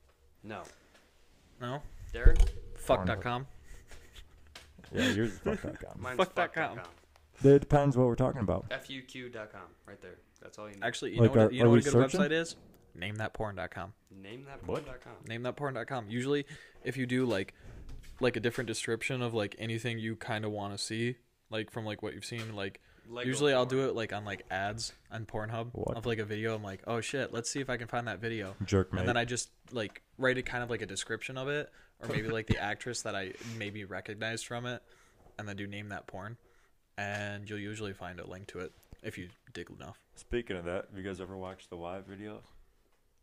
Speaker 3: No.
Speaker 4: No,
Speaker 3: Darren?
Speaker 4: fuck.com.
Speaker 1: Yeah, yours is fuck.com.
Speaker 3: Mine's
Speaker 4: Fuck dot
Speaker 3: fuck.com.
Speaker 4: com.
Speaker 1: It depends what we're talking about.
Speaker 3: F-U-Q.com. Right there. That's all you need.
Speaker 4: Actually, you
Speaker 1: Like,
Speaker 4: know what,
Speaker 1: are-
Speaker 4: you
Speaker 1: are
Speaker 4: know what
Speaker 1: we
Speaker 4: a good
Speaker 1: searching?
Speaker 4: website is? Name that porn.com.
Speaker 3: Name that
Speaker 1: What?
Speaker 3: porn.com.
Speaker 4: Name that porn.com. Usually, if you do like, like a different description of like anything you kind of want to see, like from like what you've seen, like
Speaker 3: Lego
Speaker 4: usually I'll
Speaker 3: porn.
Speaker 4: do it like on like ads on Pornhub
Speaker 1: What?
Speaker 4: of like a video. I'm like, oh shit, let's see if I can find that video.
Speaker 1: Jerk
Speaker 4: and then
Speaker 1: mate.
Speaker 4: I just like write it kind of like a description of it, or maybe
Speaker 1: (laughs)
Speaker 4: like the actress that I maybe recognized from it, and then do name that porn, and you'll usually find a link to it if you dig enough.
Speaker 1: Speaking of that, have you guys ever watched the live video?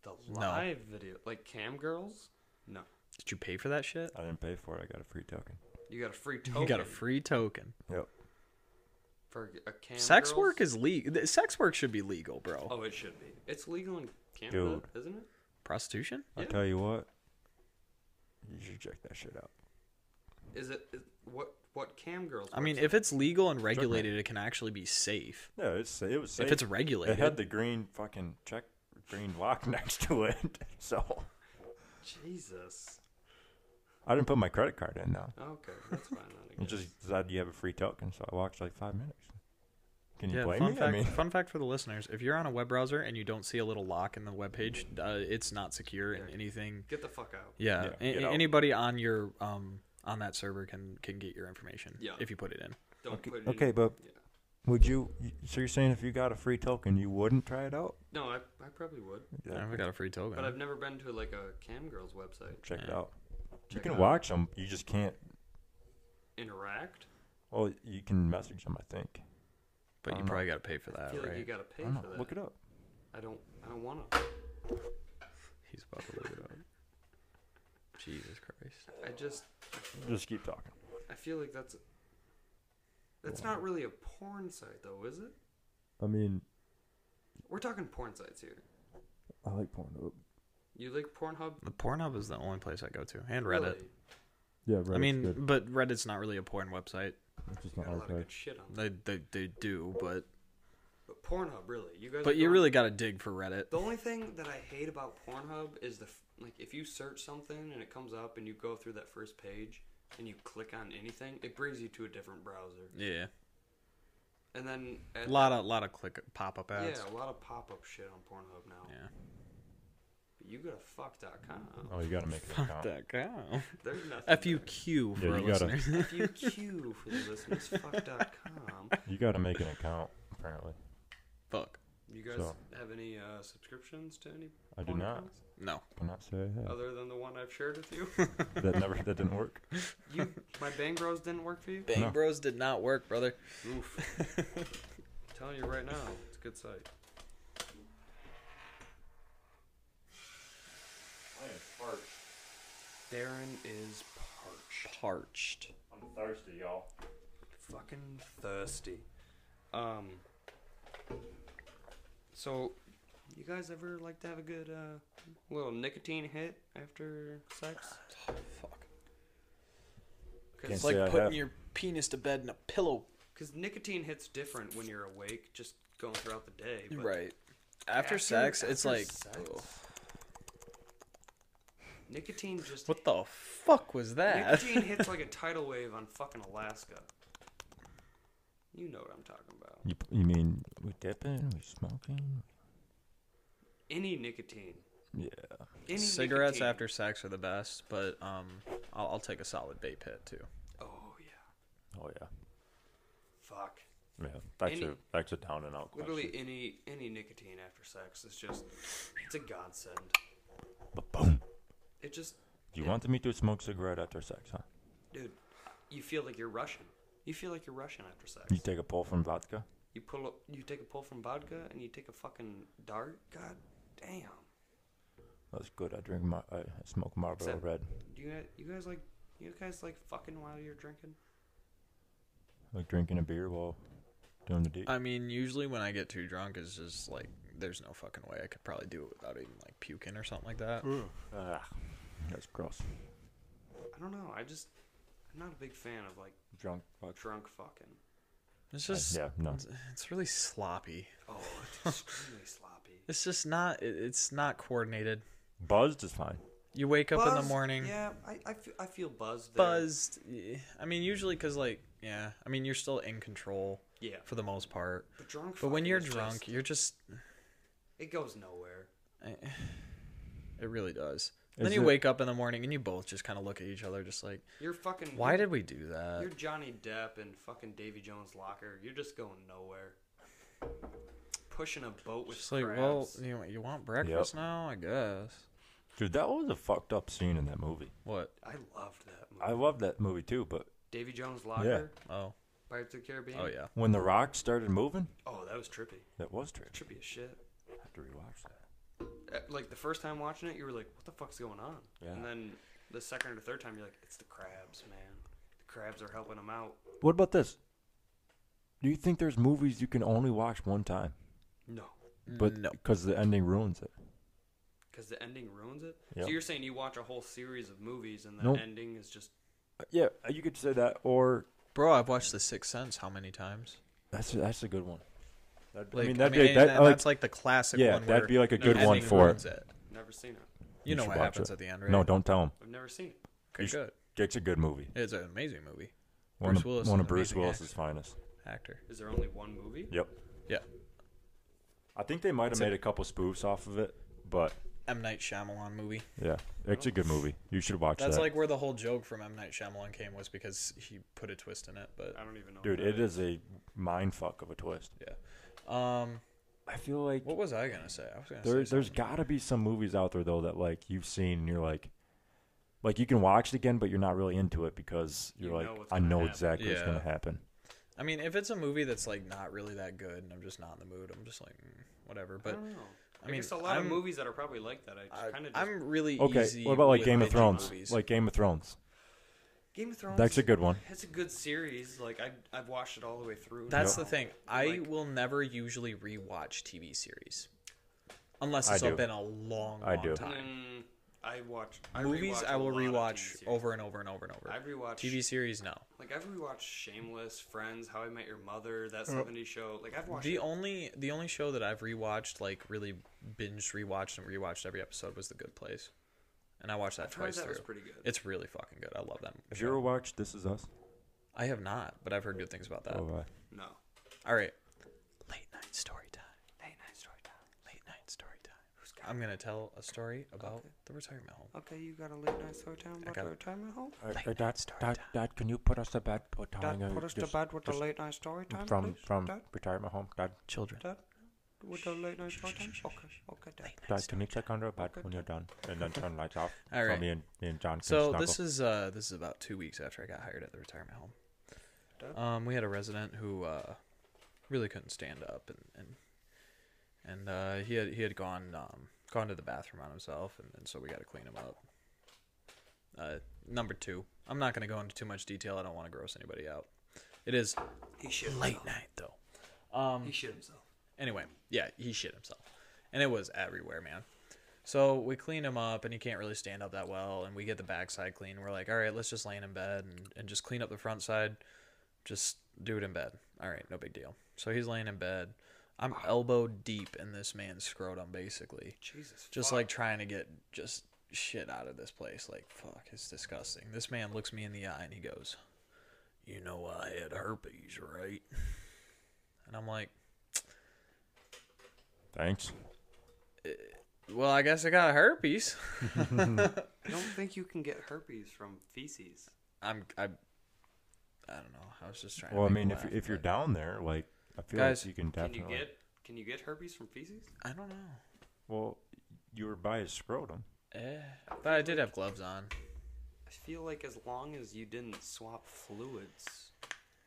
Speaker 3: The
Speaker 4: No.
Speaker 3: live video. Like cam girls? No.
Speaker 4: Did you pay for that shit?
Speaker 1: I didn't pay for it. I got a free token.
Speaker 3: You got a free token.
Speaker 4: You got a free token.
Speaker 1: Yep.
Speaker 3: for a cam
Speaker 4: Sex
Speaker 3: girls?
Speaker 4: work is legal. Sex work should be legal, bro.
Speaker 3: Oh, it should be. It's legal in Canada, isn't it?
Speaker 4: Prostitution?
Speaker 1: I
Speaker 3: Yeah.
Speaker 1: tell you what. You should check that shit out.
Speaker 3: Is it is, what what cam girls?
Speaker 4: I mean,
Speaker 3: website?
Speaker 4: if it's legal and regulated, it can actually be safe.
Speaker 1: No, it's it was.
Speaker 4: If it's
Speaker 1: safe.
Speaker 4: regulated,
Speaker 1: it had the green fucking check, green lock (laughs) next to it. So
Speaker 3: Jesus.
Speaker 1: I didn't put my credit card in though.
Speaker 3: Okay, that's fine. Then, I
Speaker 1: You
Speaker 4: (laughs)
Speaker 3: guess.
Speaker 1: just decided you have a free token, so I walked like five minutes. Can you
Speaker 4: yeah.
Speaker 1: blame
Speaker 4: Fun
Speaker 1: me?
Speaker 4: fact,
Speaker 1: I
Speaker 3: (laughs)
Speaker 1: mean,
Speaker 4: fun fact for the listeners: if you're on a web browser and you don't see a little lock in the web page, uh, it's not secure, and anything
Speaker 3: get the fuck out.
Speaker 4: Yeah,
Speaker 1: Yeah,
Speaker 4: a-
Speaker 1: get
Speaker 4: a-
Speaker 1: out.
Speaker 4: anybody on your um on that server can can get your information
Speaker 3: Yeah.
Speaker 4: if you put it in.
Speaker 3: Don't put it.
Speaker 1: okay,
Speaker 3: in.
Speaker 1: but
Speaker 3: Yeah.
Speaker 1: would you? So you're saying if you got a free token, you wouldn't try it out?
Speaker 3: No, I, I probably would,
Speaker 1: Yeah.
Speaker 4: I got a free token.
Speaker 3: but I've never been to like a cam girls website.
Speaker 1: Check it out. you
Speaker 3: Check
Speaker 1: can
Speaker 3: it out.
Speaker 1: watch them. You just can't.
Speaker 3: Interact.
Speaker 1: Oh, you can message them. I think.
Speaker 4: but
Speaker 1: Uh-huh.
Speaker 4: you probably got to pay for
Speaker 3: I
Speaker 4: that,
Speaker 3: feel like you
Speaker 4: right?
Speaker 3: gotta pay
Speaker 1: I don't know.
Speaker 3: for that.
Speaker 1: Look it up.
Speaker 3: I don't. I don't want to.
Speaker 4: He's about to look it up. Jesus Christ!
Speaker 3: I just.
Speaker 1: Just keep talking.
Speaker 3: I feel like that's. That's not really a porn site, though, is it?
Speaker 1: I mean,
Speaker 3: We're talking porn sites here.
Speaker 1: I like Pornhub.
Speaker 3: You like Pornhub?
Speaker 4: The Pornhub is the only place I go to, and Reddit.
Speaker 3: Really?
Speaker 1: Yeah, right.
Speaker 4: I mean, but Reddit's not really a porn website.
Speaker 1: it's just
Speaker 3: You got a lot of good shit on there.
Speaker 4: They they, they do, but
Speaker 3: But Pornhub, really? You guys.
Speaker 4: but
Speaker 3: are
Speaker 4: you
Speaker 3: going-
Speaker 4: really got to dig for Reddit.
Speaker 3: The only thing that I hate about Pornhub is the f- like if you search something and it comes up and you go through that first page and you click on anything, it brings you to a different browser.
Speaker 4: Yeah,
Speaker 3: And then
Speaker 4: a
Speaker 3: at,
Speaker 4: lot of lot of click pop up
Speaker 3: yeah,
Speaker 4: ads.
Speaker 3: a lot of pop up shit on Pornhub now.
Speaker 4: Yeah.
Speaker 3: But you go to fuck.com.
Speaker 1: Oh, you gotta make an account.
Speaker 4: That guy.
Speaker 3: There's nothing.
Speaker 4: FUQ for
Speaker 1: Yeah,
Speaker 4: our
Speaker 1: you gotta-
Speaker 4: listeners.
Speaker 3: FUQ for the listeners. Fuck.com.
Speaker 1: You gotta make an account. Apparently,
Speaker 4: Fuck.
Speaker 3: You guys
Speaker 1: So-
Speaker 3: have any uh, subscriptions to any?
Speaker 1: I do
Speaker 3: porn
Speaker 1: not.
Speaker 3: accounts?
Speaker 4: No.
Speaker 1: cannot say I
Speaker 3: (laughs)
Speaker 1: have.
Speaker 3: Other than the one I've shared with you,
Speaker 1: that never. That didn't work.
Speaker 3: you my Bang Bros didn't work for you.
Speaker 4: Bang
Speaker 1: No.
Speaker 4: Bros did not work, brother.
Speaker 3: Oof. telling you right now, it's a good site. Darren is parched.
Speaker 4: Parched.
Speaker 1: I'm thirsty, y'all.
Speaker 3: Fucking thirsty. Um. So, you guys ever like to have a good uh, little nicotine hit after sex?
Speaker 4: (sighs) Fuck.
Speaker 3: 'Cause
Speaker 1: Can't
Speaker 4: It's
Speaker 1: say I
Speaker 4: like putting
Speaker 1: have.
Speaker 4: your penis to bed in a pillow.
Speaker 3: Because nicotine hits different when you're awake, just going throughout the day. But
Speaker 4: Right. After, sex, it's
Speaker 3: after
Speaker 4: like,
Speaker 3: sex,
Speaker 4: ugh,
Speaker 3: Nicotine just.
Speaker 4: what the fuck was that?
Speaker 3: Nicotine hits like a tidal wave on fucking Alaska. You know what I'm talking about.
Speaker 1: You, you mean we dipping? We smoking?
Speaker 3: Any nicotine.
Speaker 1: Yeah.
Speaker 4: (laughs)
Speaker 3: Any
Speaker 4: Cigarettes
Speaker 3: nicotine.
Speaker 4: after sex are the best, but um, I'll, I'll take a solid vape hit too.
Speaker 3: Oh yeah.
Speaker 1: Oh yeah.
Speaker 3: Fuck.
Speaker 1: Yeah. That's
Speaker 3: Any-
Speaker 1: a that's a down and out question.
Speaker 3: Literally any any nicotine after sex is just it's a godsend.
Speaker 1: But boom.
Speaker 3: It just
Speaker 1: You wanted me to smoke cigarette after sex, huh?
Speaker 3: dude, you feel like you're Russian. You feel like you're Russian after sex.
Speaker 1: You take a pull from vodka.
Speaker 3: You pull up, you take a pull from vodka, and you take a fucking dart. God damn!
Speaker 1: That's good. I drink my I smoke Marlboro
Speaker 3: Except-
Speaker 1: Red.
Speaker 3: Do you guys, you guys like, you guys like fucking while you're drinking?
Speaker 1: Like drinking a beer while doing the deed.
Speaker 4: I mean, usually when I get too drunk, it's just like there's no fucking way I could probably do it without even like puking or something like that.
Speaker 1: Mm.
Speaker 3: Uh,
Speaker 1: Ugh, Ah, that's gross.
Speaker 3: I don't know. I just I'm not a big fan of like
Speaker 1: Drunk fuck.
Speaker 3: drunk fucking.
Speaker 4: It's just
Speaker 1: yeah, no.
Speaker 4: it's, it's really sloppy.
Speaker 3: Oh, (laughs) it's just really sloppy.
Speaker 4: It's just not it, it's not coordinated.
Speaker 1: Buzzed is fine.
Speaker 4: You wake up in the
Speaker 3: Buzzed,
Speaker 4: morning
Speaker 3: Yeah, I I feel, I feel buzzed. There.
Speaker 4: buzzed. eh, I mean usually cuz like yeah, I mean you're still in control
Speaker 3: Yeah,
Speaker 4: for the most part.
Speaker 3: but drunk.
Speaker 4: But when
Speaker 3: fucking
Speaker 4: you're
Speaker 3: is
Speaker 4: drunk,
Speaker 3: just-
Speaker 4: you're just
Speaker 3: it goes nowhere.
Speaker 4: eh, it really does.
Speaker 1: Is
Speaker 4: then you
Speaker 1: it-
Speaker 4: wake up in the morning and you both just kind of look at each other just like,
Speaker 3: You're fucking.
Speaker 4: "Why did we do that?"
Speaker 3: You're Johnny Depp and fucking Davy Jones' locker. You're just going nowhere. Pushing a boat with
Speaker 4: Just like,
Speaker 3: crabs.
Speaker 4: well, you, you want breakfast now? I guess.
Speaker 1: Dude, that was a fucked up scene in that movie.
Speaker 4: What?
Speaker 3: I loved that movie.
Speaker 1: I love that movie too, but
Speaker 3: Davy Jones' locker.
Speaker 4: Oh,
Speaker 3: Pirates of the Caribbean.
Speaker 4: oh yeah.
Speaker 1: when the rock started moving,
Speaker 3: Oh, that was trippy.
Speaker 1: that was true.
Speaker 3: Trippy as shit.
Speaker 1: I have to rewatch that.
Speaker 3: Uh, Like the first time watching it, you were like, "What the fuck's going on?"
Speaker 1: Yeah.
Speaker 3: And then the second or third time, you're like, "It's the crabs, man. The crabs are helping them out."
Speaker 1: What about this? Do you think there's movies you can only watch one time?
Speaker 3: No,
Speaker 1: But
Speaker 4: No.
Speaker 1: because the ending ruins it.
Speaker 3: because the ending ruins it.
Speaker 1: Yep.
Speaker 3: So you're saying you watch a whole series of movies and the
Speaker 1: Nope.
Speaker 3: ending is just
Speaker 1: Uh, Yeah, you could say that, or
Speaker 4: Bro, I've watched The Sixth Sense how many times?
Speaker 1: that's that's a good one. That'd,
Speaker 4: Like,
Speaker 1: I mean, that'd be
Speaker 4: and
Speaker 1: that,
Speaker 4: that-
Speaker 1: like,
Speaker 4: that's like the classic
Speaker 1: yeah,
Speaker 4: one.
Speaker 1: that'd
Speaker 4: where
Speaker 1: be like a
Speaker 4: the
Speaker 1: good one
Speaker 4: ending
Speaker 1: for
Speaker 4: ruins
Speaker 1: it.
Speaker 4: it.
Speaker 3: never seen it.
Speaker 4: You, know
Speaker 1: should
Speaker 4: what
Speaker 1: watch
Speaker 4: happens
Speaker 1: it.
Speaker 4: at the end, right?
Speaker 1: No, don't tell him.
Speaker 3: I've never seen it.
Speaker 4: Okay,
Speaker 1: you should-
Speaker 4: good.
Speaker 1: It's a good movie.
Speaker 4: It's an amazing movie.
Speaker 1: One
Speaker 4: Bruce
Speaker 1: of,
Speaker 4: Willis
Speaker 1: one of
Speaker 4: is an
Speaker 1: Bruce
Speaker 4: amazing
Speaker 1: Willis's
Speaker 4: actor.
Speaker 1: finest.
Speaker 4: Actor.
Speaker 3: Is there only one movie?
Speaker 1: Yep.
Speaker 4: Yeah.
Speaker 1: I think they might have
Speaker 4: It's
Speaker 1: made a couple spoofs off of it, but
Speaker 4: M Night Shyamalan movie.
Speaker 1: yeah, it's a good movie. You should watch
Speaker 4: That's
Speaker 1: that.
Speaker 4: like where the whole joke from M Night Shyamalan came was because he put a twist in it. But
Speaker 3: I don't even know.
Speaker 1: Dude,
Speaker 3: what that
Speaker 1: it is a mind fuck of a twist.
Speaker 4: yeah. Um,
Speaker 1: I feel like
Speaker 4: what was I gonna say? I was gonna
Speaker 1: there,
Speaker 4: say
Speaker 1: there's got to be some movies out there though that like you've seen and you're like, like you can watch it again, but you're not really into it because you're
Speaker 3: You
Speaker 1: like,
Speaker 3: know what's
Speaker 1: I
Speaker 3: gonna
Speaker 1: know
Speaker 3: happen."
Speaker 1: exactly what's
Speaker 4: Yeah.
Speaker 1: gonna happen.
Speaker 4: I mean, if it's a movie that's like not really that good and I'm just not in the mood, I'm just like mm, whatever.
Speaker 3: I
Speaker 4: But
Speaker 3: don't know.
Speaker 4: I
Speaker 3: I,
Speaker 4: mean,
Speaker 3: guess a lot
Speaker 4: I'm-
Speaker 3: of movies that are probably like that. I
Speaker 4: I,
Speaker 3: just kind of just.
Speaker 4: am really
Speaker 1: Okay,
Speaker 4: Easy
Speaker 1: what about like
Speaker 4: with
Speaker 1: Game of
Speaker 4: binging
Speaker 1: Thrones?
Speaker 4: movies.
Speaker 1: Like Game of Thrones,
Speaker 3: Game of Thrones.
Speaker 1: that's a
Speaker 3: is-
Speaker 1: good one.
Speaker 3: It's a good series. Like I've I've watched it all the way through.
Speaker 4: That's
Speaker 3: now.
Speaker 4: the thing. I
Speaker 3: Like-
Speaker 4: will never usually rewatch TV series unless
Speaker 1: I
Speaker 4: it's
Speaker 1: do.
Speaker 4: been a long, long
Speaker 1: I do.
Speaker 4: time.
Speaker 3: Mm, I watch I
Speaker 4: Movies,
Speaker 3: rewatch
Speaker 4: I
Speaker 3: a
Speaker 4: will
Speaker 3: lot of
Speaker 4: rewatch
Speaker 3: TV series.
Speaker 4: over and over and over and over.
Speaker 3: I've rewatched
Speaker 4: TV series, no.
Speaker 3: Like I've rewatched Shameless, Friends, How I Met Your Mother, that '70s show. Like I've watched.
Speaker 4: The
Speaker 3: it.
Speaker 4: only the only show that I've rewatched, like really binge rewatched and rewatched every episode, was The Good Place, and I watched that
Speaker 3: I've heard
Speaker 4: twice
Speaker 3: that
Speaker 4: through.
Speaker 3: was pretty good.
Speaker 4: It's really fucking good. I love that.
Speaker 1: Have you
Speaker 4: show.
Speaker 1: ever watched This Is Us?
Speaker 4: I have not, but I've heard good things about that.
Speaker 1: Oh, uh,
Speaker 3: no.
Speaker 4: All right. Late night story time.
Speaker 3: Late night story time.
Speaker 4: Late night story time. I'm gonna tell a story about the retirement home.
Speaker 3: Okay, you got a late night story time about
Speaker 4: got
Speaker 3: the
Speaker 4: it.
Speaker 3: retirement home.
Speaker 4: Late night story time.
Speaker 1: Dad, can you put us to bed? Put,
Speaker 3: Dad, put us to bed with the late night story time, please. Dad,
Speaker 1: retirement home. Dad,
Speaker 4: Children.
Speaker 3: Dad, with the late night story time. Okay, okay, Dad.
Speaker 1: Dad, can you check under a bed when you're done and then turn lights off?
Speaker 4: All
Speaker 1: So
Speaker 4: right.
Speaker 1: me and, me and John can
Speaker 4: So
Speaker 1: snuggle.
Speaker 4: this is uh, this is about two weeks after I got hired at the retirement home. Um, we had a resident who uh, really couldn't stand up, and and, and uh, he had he had gone um, gone to the bathroom on himself, and, and so we got to clean him up. Uh, number two, I'm not gonna go into too much detail. I don't want to gross anybody out. It is
Speaker 3: He shit
Speaker 4: late
Speaker 3: himself.
Speaker 4: night though. Um,
Speaker 3: He shit himself.
Speaker 4: Anyway, yeah, he shit himself. And it was everywhere, man. So we clean him up, and he can't really stand up that well. And we get the backside clean. We're like, all right, let's just lay him in bed and, and just clean up the front side. Just do it in bed. All right, no big deal. So he's laying in bed. I'm elbow deep in this man's scrotum, basically.
Speaker 3: Jesus.
Speaker 4: Just
Speaker 3: fuck.
Speaker 4: like trying to get just shit out of this place. Like, fuck, it's disgusting. This man looks me in the eye and he goes, You know, I had herpes, right? And I'm like,
Speaker 1: Thanks.
Speaker 4: Well, I guess I got herpes. (laughs)
Speaker 3: I don't think you can get herpes from feces.
Speaker 4: I'm I. I don't know. I was just trying.
Speaker 1: Well, I
Speaker 4: to make
Speaker 1: mean,
Speaker 4: you
Speaker 1: if,
Speaker 4: laugh,
Speaker 1: if you're
Speaker 4: but-
Speaker 1: down there, like, I feel
Speaker 4: Guys,
Speaker 1: like you can
Speaker 3: Can
Speaker 1: definitely.
Speaker 3: you get can you get herpes from feces?
Speaker 4: I don't know.
Speaker 1: Well, you were by his scrotum.
Speaker 4: Eh, but I did have gloves on.
Speaker 3: I feel like as long as you didn't swap fluids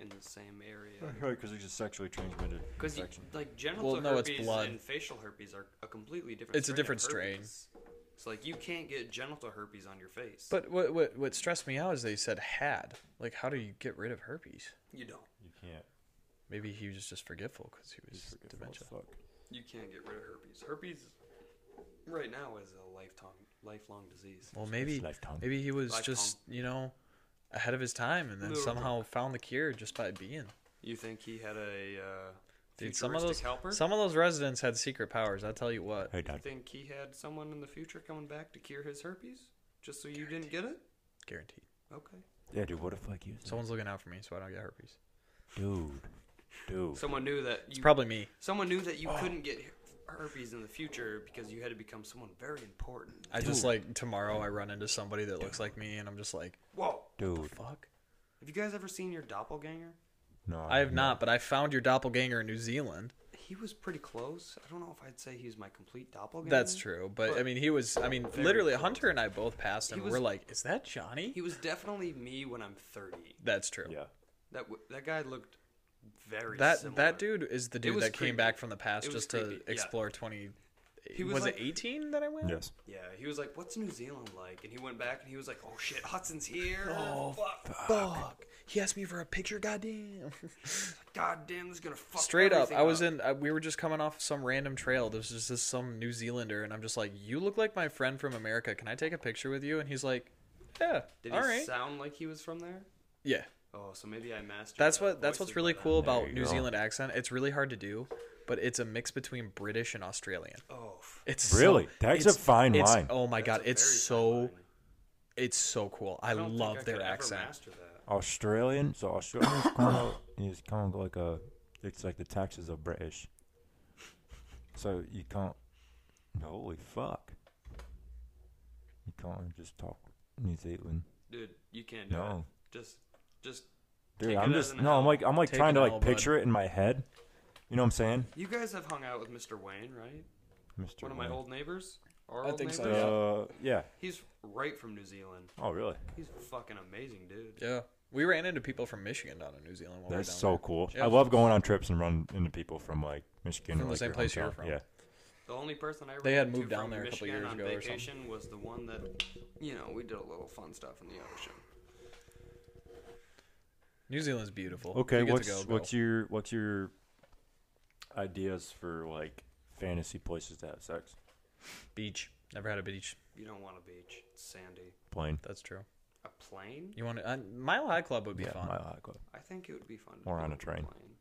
Speaker 3: in the same area,
Speaker 1: Right, because it's a sexually transmitted
Speaker 3: because like genital
Speaker 4: Well, no, it's
Speaker 3: herpes
Speaker 4: blood.
Speaker 3: and facial herpes are a completely different.
Speaker 4: It's a different strain.
Speaker 3: strain. It's like you can't get genital herpes on your face.
Speaker 4: But what what what stressed me out is they said had. Like, how do you get rid of herpes?
Speaker 3: you don't.
Speaker 1: You can't.
Speaker 4: Maybe he was just forgetful because he was
Speaker 1: He's forgetful as
Speaker 4: dementia.
Speaker 1: fuck.
Speaker 3: You can't get rid of herpes. Herpes right now is a lifetime, lifelong disease.
Speaker 4: Well, maybe
Speaker 1: lifetime.
Speaker 4: maybe he was
Speaker 3: Lifetime.
Speaker 4: just you know ahead of his time and then
Speaker 3: Little
Speaker 4: somehow found the cure just by being.
Speaker 3: You think he had a uh,
Speaker 4: Dude, some of those
Speaker 3: futuristic helper?
Speaker 4: some of those residents had secret powers. I tell you what.
Speaker 1: Hey,
Speaker 3: You
Speaker 1: Doc.
Speaker 3: think he had someone in the future coming back to cure his herpes, just so you didn't get it?
Speaker 4: Guaranteed.
Speaker 1: Mm.
Speaker 3: Okay.
Speaker 1: Yeah, dude, what if like you?
Speaker 4: Someone's looking out for me, so I don't get herpes.
Speaker 1: Dude, dude.
Speaker 3: Someone knew that
Speaker 4: It's
Speaker 3: you.
Speaker 4: probably me.
Speaker 3: someone knew that you
Speaker 4: Oh.
Speaker 3: couldn't get herpes in the future because you had to become someone very important.
Speaker 4: I just like tomorrow I run into somebody that looks like me, and I'm just like,
Speaker 3: Whoa!
Speaker 1: Dude,
Speaker 4: fuck.
Speaker 3: Have you guys ever seen your doppelganger?
Speaker 1: no.
Speaker 4: I have not, but I found your doppelganger in New Zealand.
Speaker 3: He was pretty close. I don't know if I'd say he's my complete doppelganger.
Speaker 4: That's true, but I mean, he was. I mean, literally,
Speaker 3: close.
Speaker 4: Hunter and I both passed him.
Speaker 3: He was-
Speaker 4: We're like, is that Johnny?
Speaker 3: He was definitely me when I'm 30.
Speaker 4: That's true.
Speaker 1: Yeah.
Speaker 3: That w- that guy looked very
Speaker 4: that
Speaker 3: similar.
Speaker 4: that dude is the dude
Speaker 3: was
Speaker 4: that
Speaker 3: creepy.
Speaker 4: came back from the past
Speaker 3: It was
Speaker 4: just to
Speaker 3: creepy, yeah.
Speaker 4: explore twenty.
Speaker 3: He was
Speaker 4: was,
Speaker 3: like-
Speaker 4: it eighteen that I went?
Speaker 1: Yes.
Speaker 3: Yeah, he was like, "What's New Zealand like?" And he went back and he was like, "Oh shit, Hudson's here!
Speaker 4: Oh,
Speaker 3: Oh fuck!
Speaker 4: Fuck. He asked me for a picture. Goddamn.
Speaker 3: God damn, this is gonna fuck."
Speaker 4: Straight up,
Speaker 3: everything
Speaker 4: I was in. Uh, we were just coming off some random trail. This was just some New Zealander, and I'm just like, "You look like my friend from America. Can I take a picture with you?" And he's like, "Yeah,
Speaker 3: Did he
Speaker 4: all right,
Speaker 3: sound like he was from there?
Speaker 4: yeah."
Speaker 3: Oh, so maybe I mastered.
Speaker 4: That's
Speaker 3: the
Speaker 4: what. That's
Speaker 3: voices
Speaker 4: what's
Speaker 3: by
Speaker 4: really
Speaker 3: then.
Speaker 4: cool
Speaker 1: There
Speaker 4: about
Speaker 1: you
Speaker 4: New
Speaker 1: go.
Speaker 4: Zealand accent. It's really hard to do, but it's a mix between British and Australian.
Speaker 3: Oh,
Speaker 4: It's so-
Speaker 1: Really? That's a
Speaker 4: it's-
Speaker 1: fine
Speaker 4: it's-
Speaker 1: line.
Speaker 4: Oh my
Speaker 3: that's
Speaker 4: god,
Speaker 3: a
Speaker 4: it's
Speaker 3: very fine
Speaker 4: so
Speaker 3: line.
Speaker 4: it's so cool. I,
Speaker 3: don't think
Speaker 4: love
Speaker 3: I
Speaker 4: their
Speaker 3: could ever
Speaker 4: accent.
Speaker 3: master that.
Speaker 1: Australian. So (coughs) Australian is kind of is kind of like a. It's like the taxes of British. So you can't. Holy fuck. You can't just talk New Zealand.
Speaker 3: Dude, you can't do
Speaker 1: No.
Speaker 3: it. Just, just.
Speaker 1: Dude,
Speaker 3: Take
Speaker 1: I'm
Speaker 3: it as
Speaker 1: just
Speaker 3: an
Speaker 1: no. I'm
Speaker 3: L.
Speaker 1: like I'm like
Speaker 4: Take
Speaker 1: trying to
Speaker 4: an
Speaker 1: like
Speaker 4: L, bud.
Speaker 1: picture it in my head. You know what I'm saying,
Speaker 3: You guys have hung out with Mr. Wayne, right?
Speaker 1: Mister?
Speaker 3: One of my old neighbors. Our
Speaker 4: I
Speaker 3: old
Speaker 4: think so,
Speaker 3: neighbors?
Speaker 1: Uh, yeah.
Speaker 3: He's right from New Zealand.
Speaker 1: Oh, really?
Speaker 3: He's a fucking amazing dude.
Speaker 4: Yeah, we ran into people from Michigan down in New Zealand. While we were
Speaker 1: That's
Speaker 4: down
Speaker 1: so
Speaker 4: there.
Speaker 1: cool.
Speaker 4: Yeah.
Speaker 1: I love going on trips and run into people from like Michigan
Speaker 4: From
Speaker 1: or
Speaker 4: the
Speaker 1: like
Speaker 4: same
Speaker 1: your
Speaker 4: place you're
Speaker 1: hometown.
Speaker 4: from.
Speaker 1: Yeah.
Speaker 3: The only person I
Speaker 4: They
Speaker 3: ran
Speaker 4: had
Speaker 3: into
Speaker 4: moved down
Speaker 3: from
Speaker 4: there a couple
Speaker 3: Michigan
Speaker 4: years
Speaker 3: on
Speaker 4: ago or something.
Speaker 3: vacation was the one that, you know, we did a little fun stuff in the ocean.
Speaker 4: New Zealand's beautiful.
Speaker 1: Okay.
Speaker 4: You get
Speaker 1: What's
Speaker 4: to go, go.
Speaker 1: what's your what's your ideas for like fantasy places to have sex?
Speaker 4: beach? Never had a beach.
Speaker 3: You don't want a beach. It's sandy.
Speaker 1: Plain.
Speaker 4: That's true.
Speaker 3: A plane?
Speaker 4: You want to, uh, Mile High Club would be fun.
Speaker 1: Mile High Club.
Speaker 3: I think it would be fun. to
Speaker 1: Or
Speaker 3: do
Speaker 1: on a train.
Speaker 3: plane.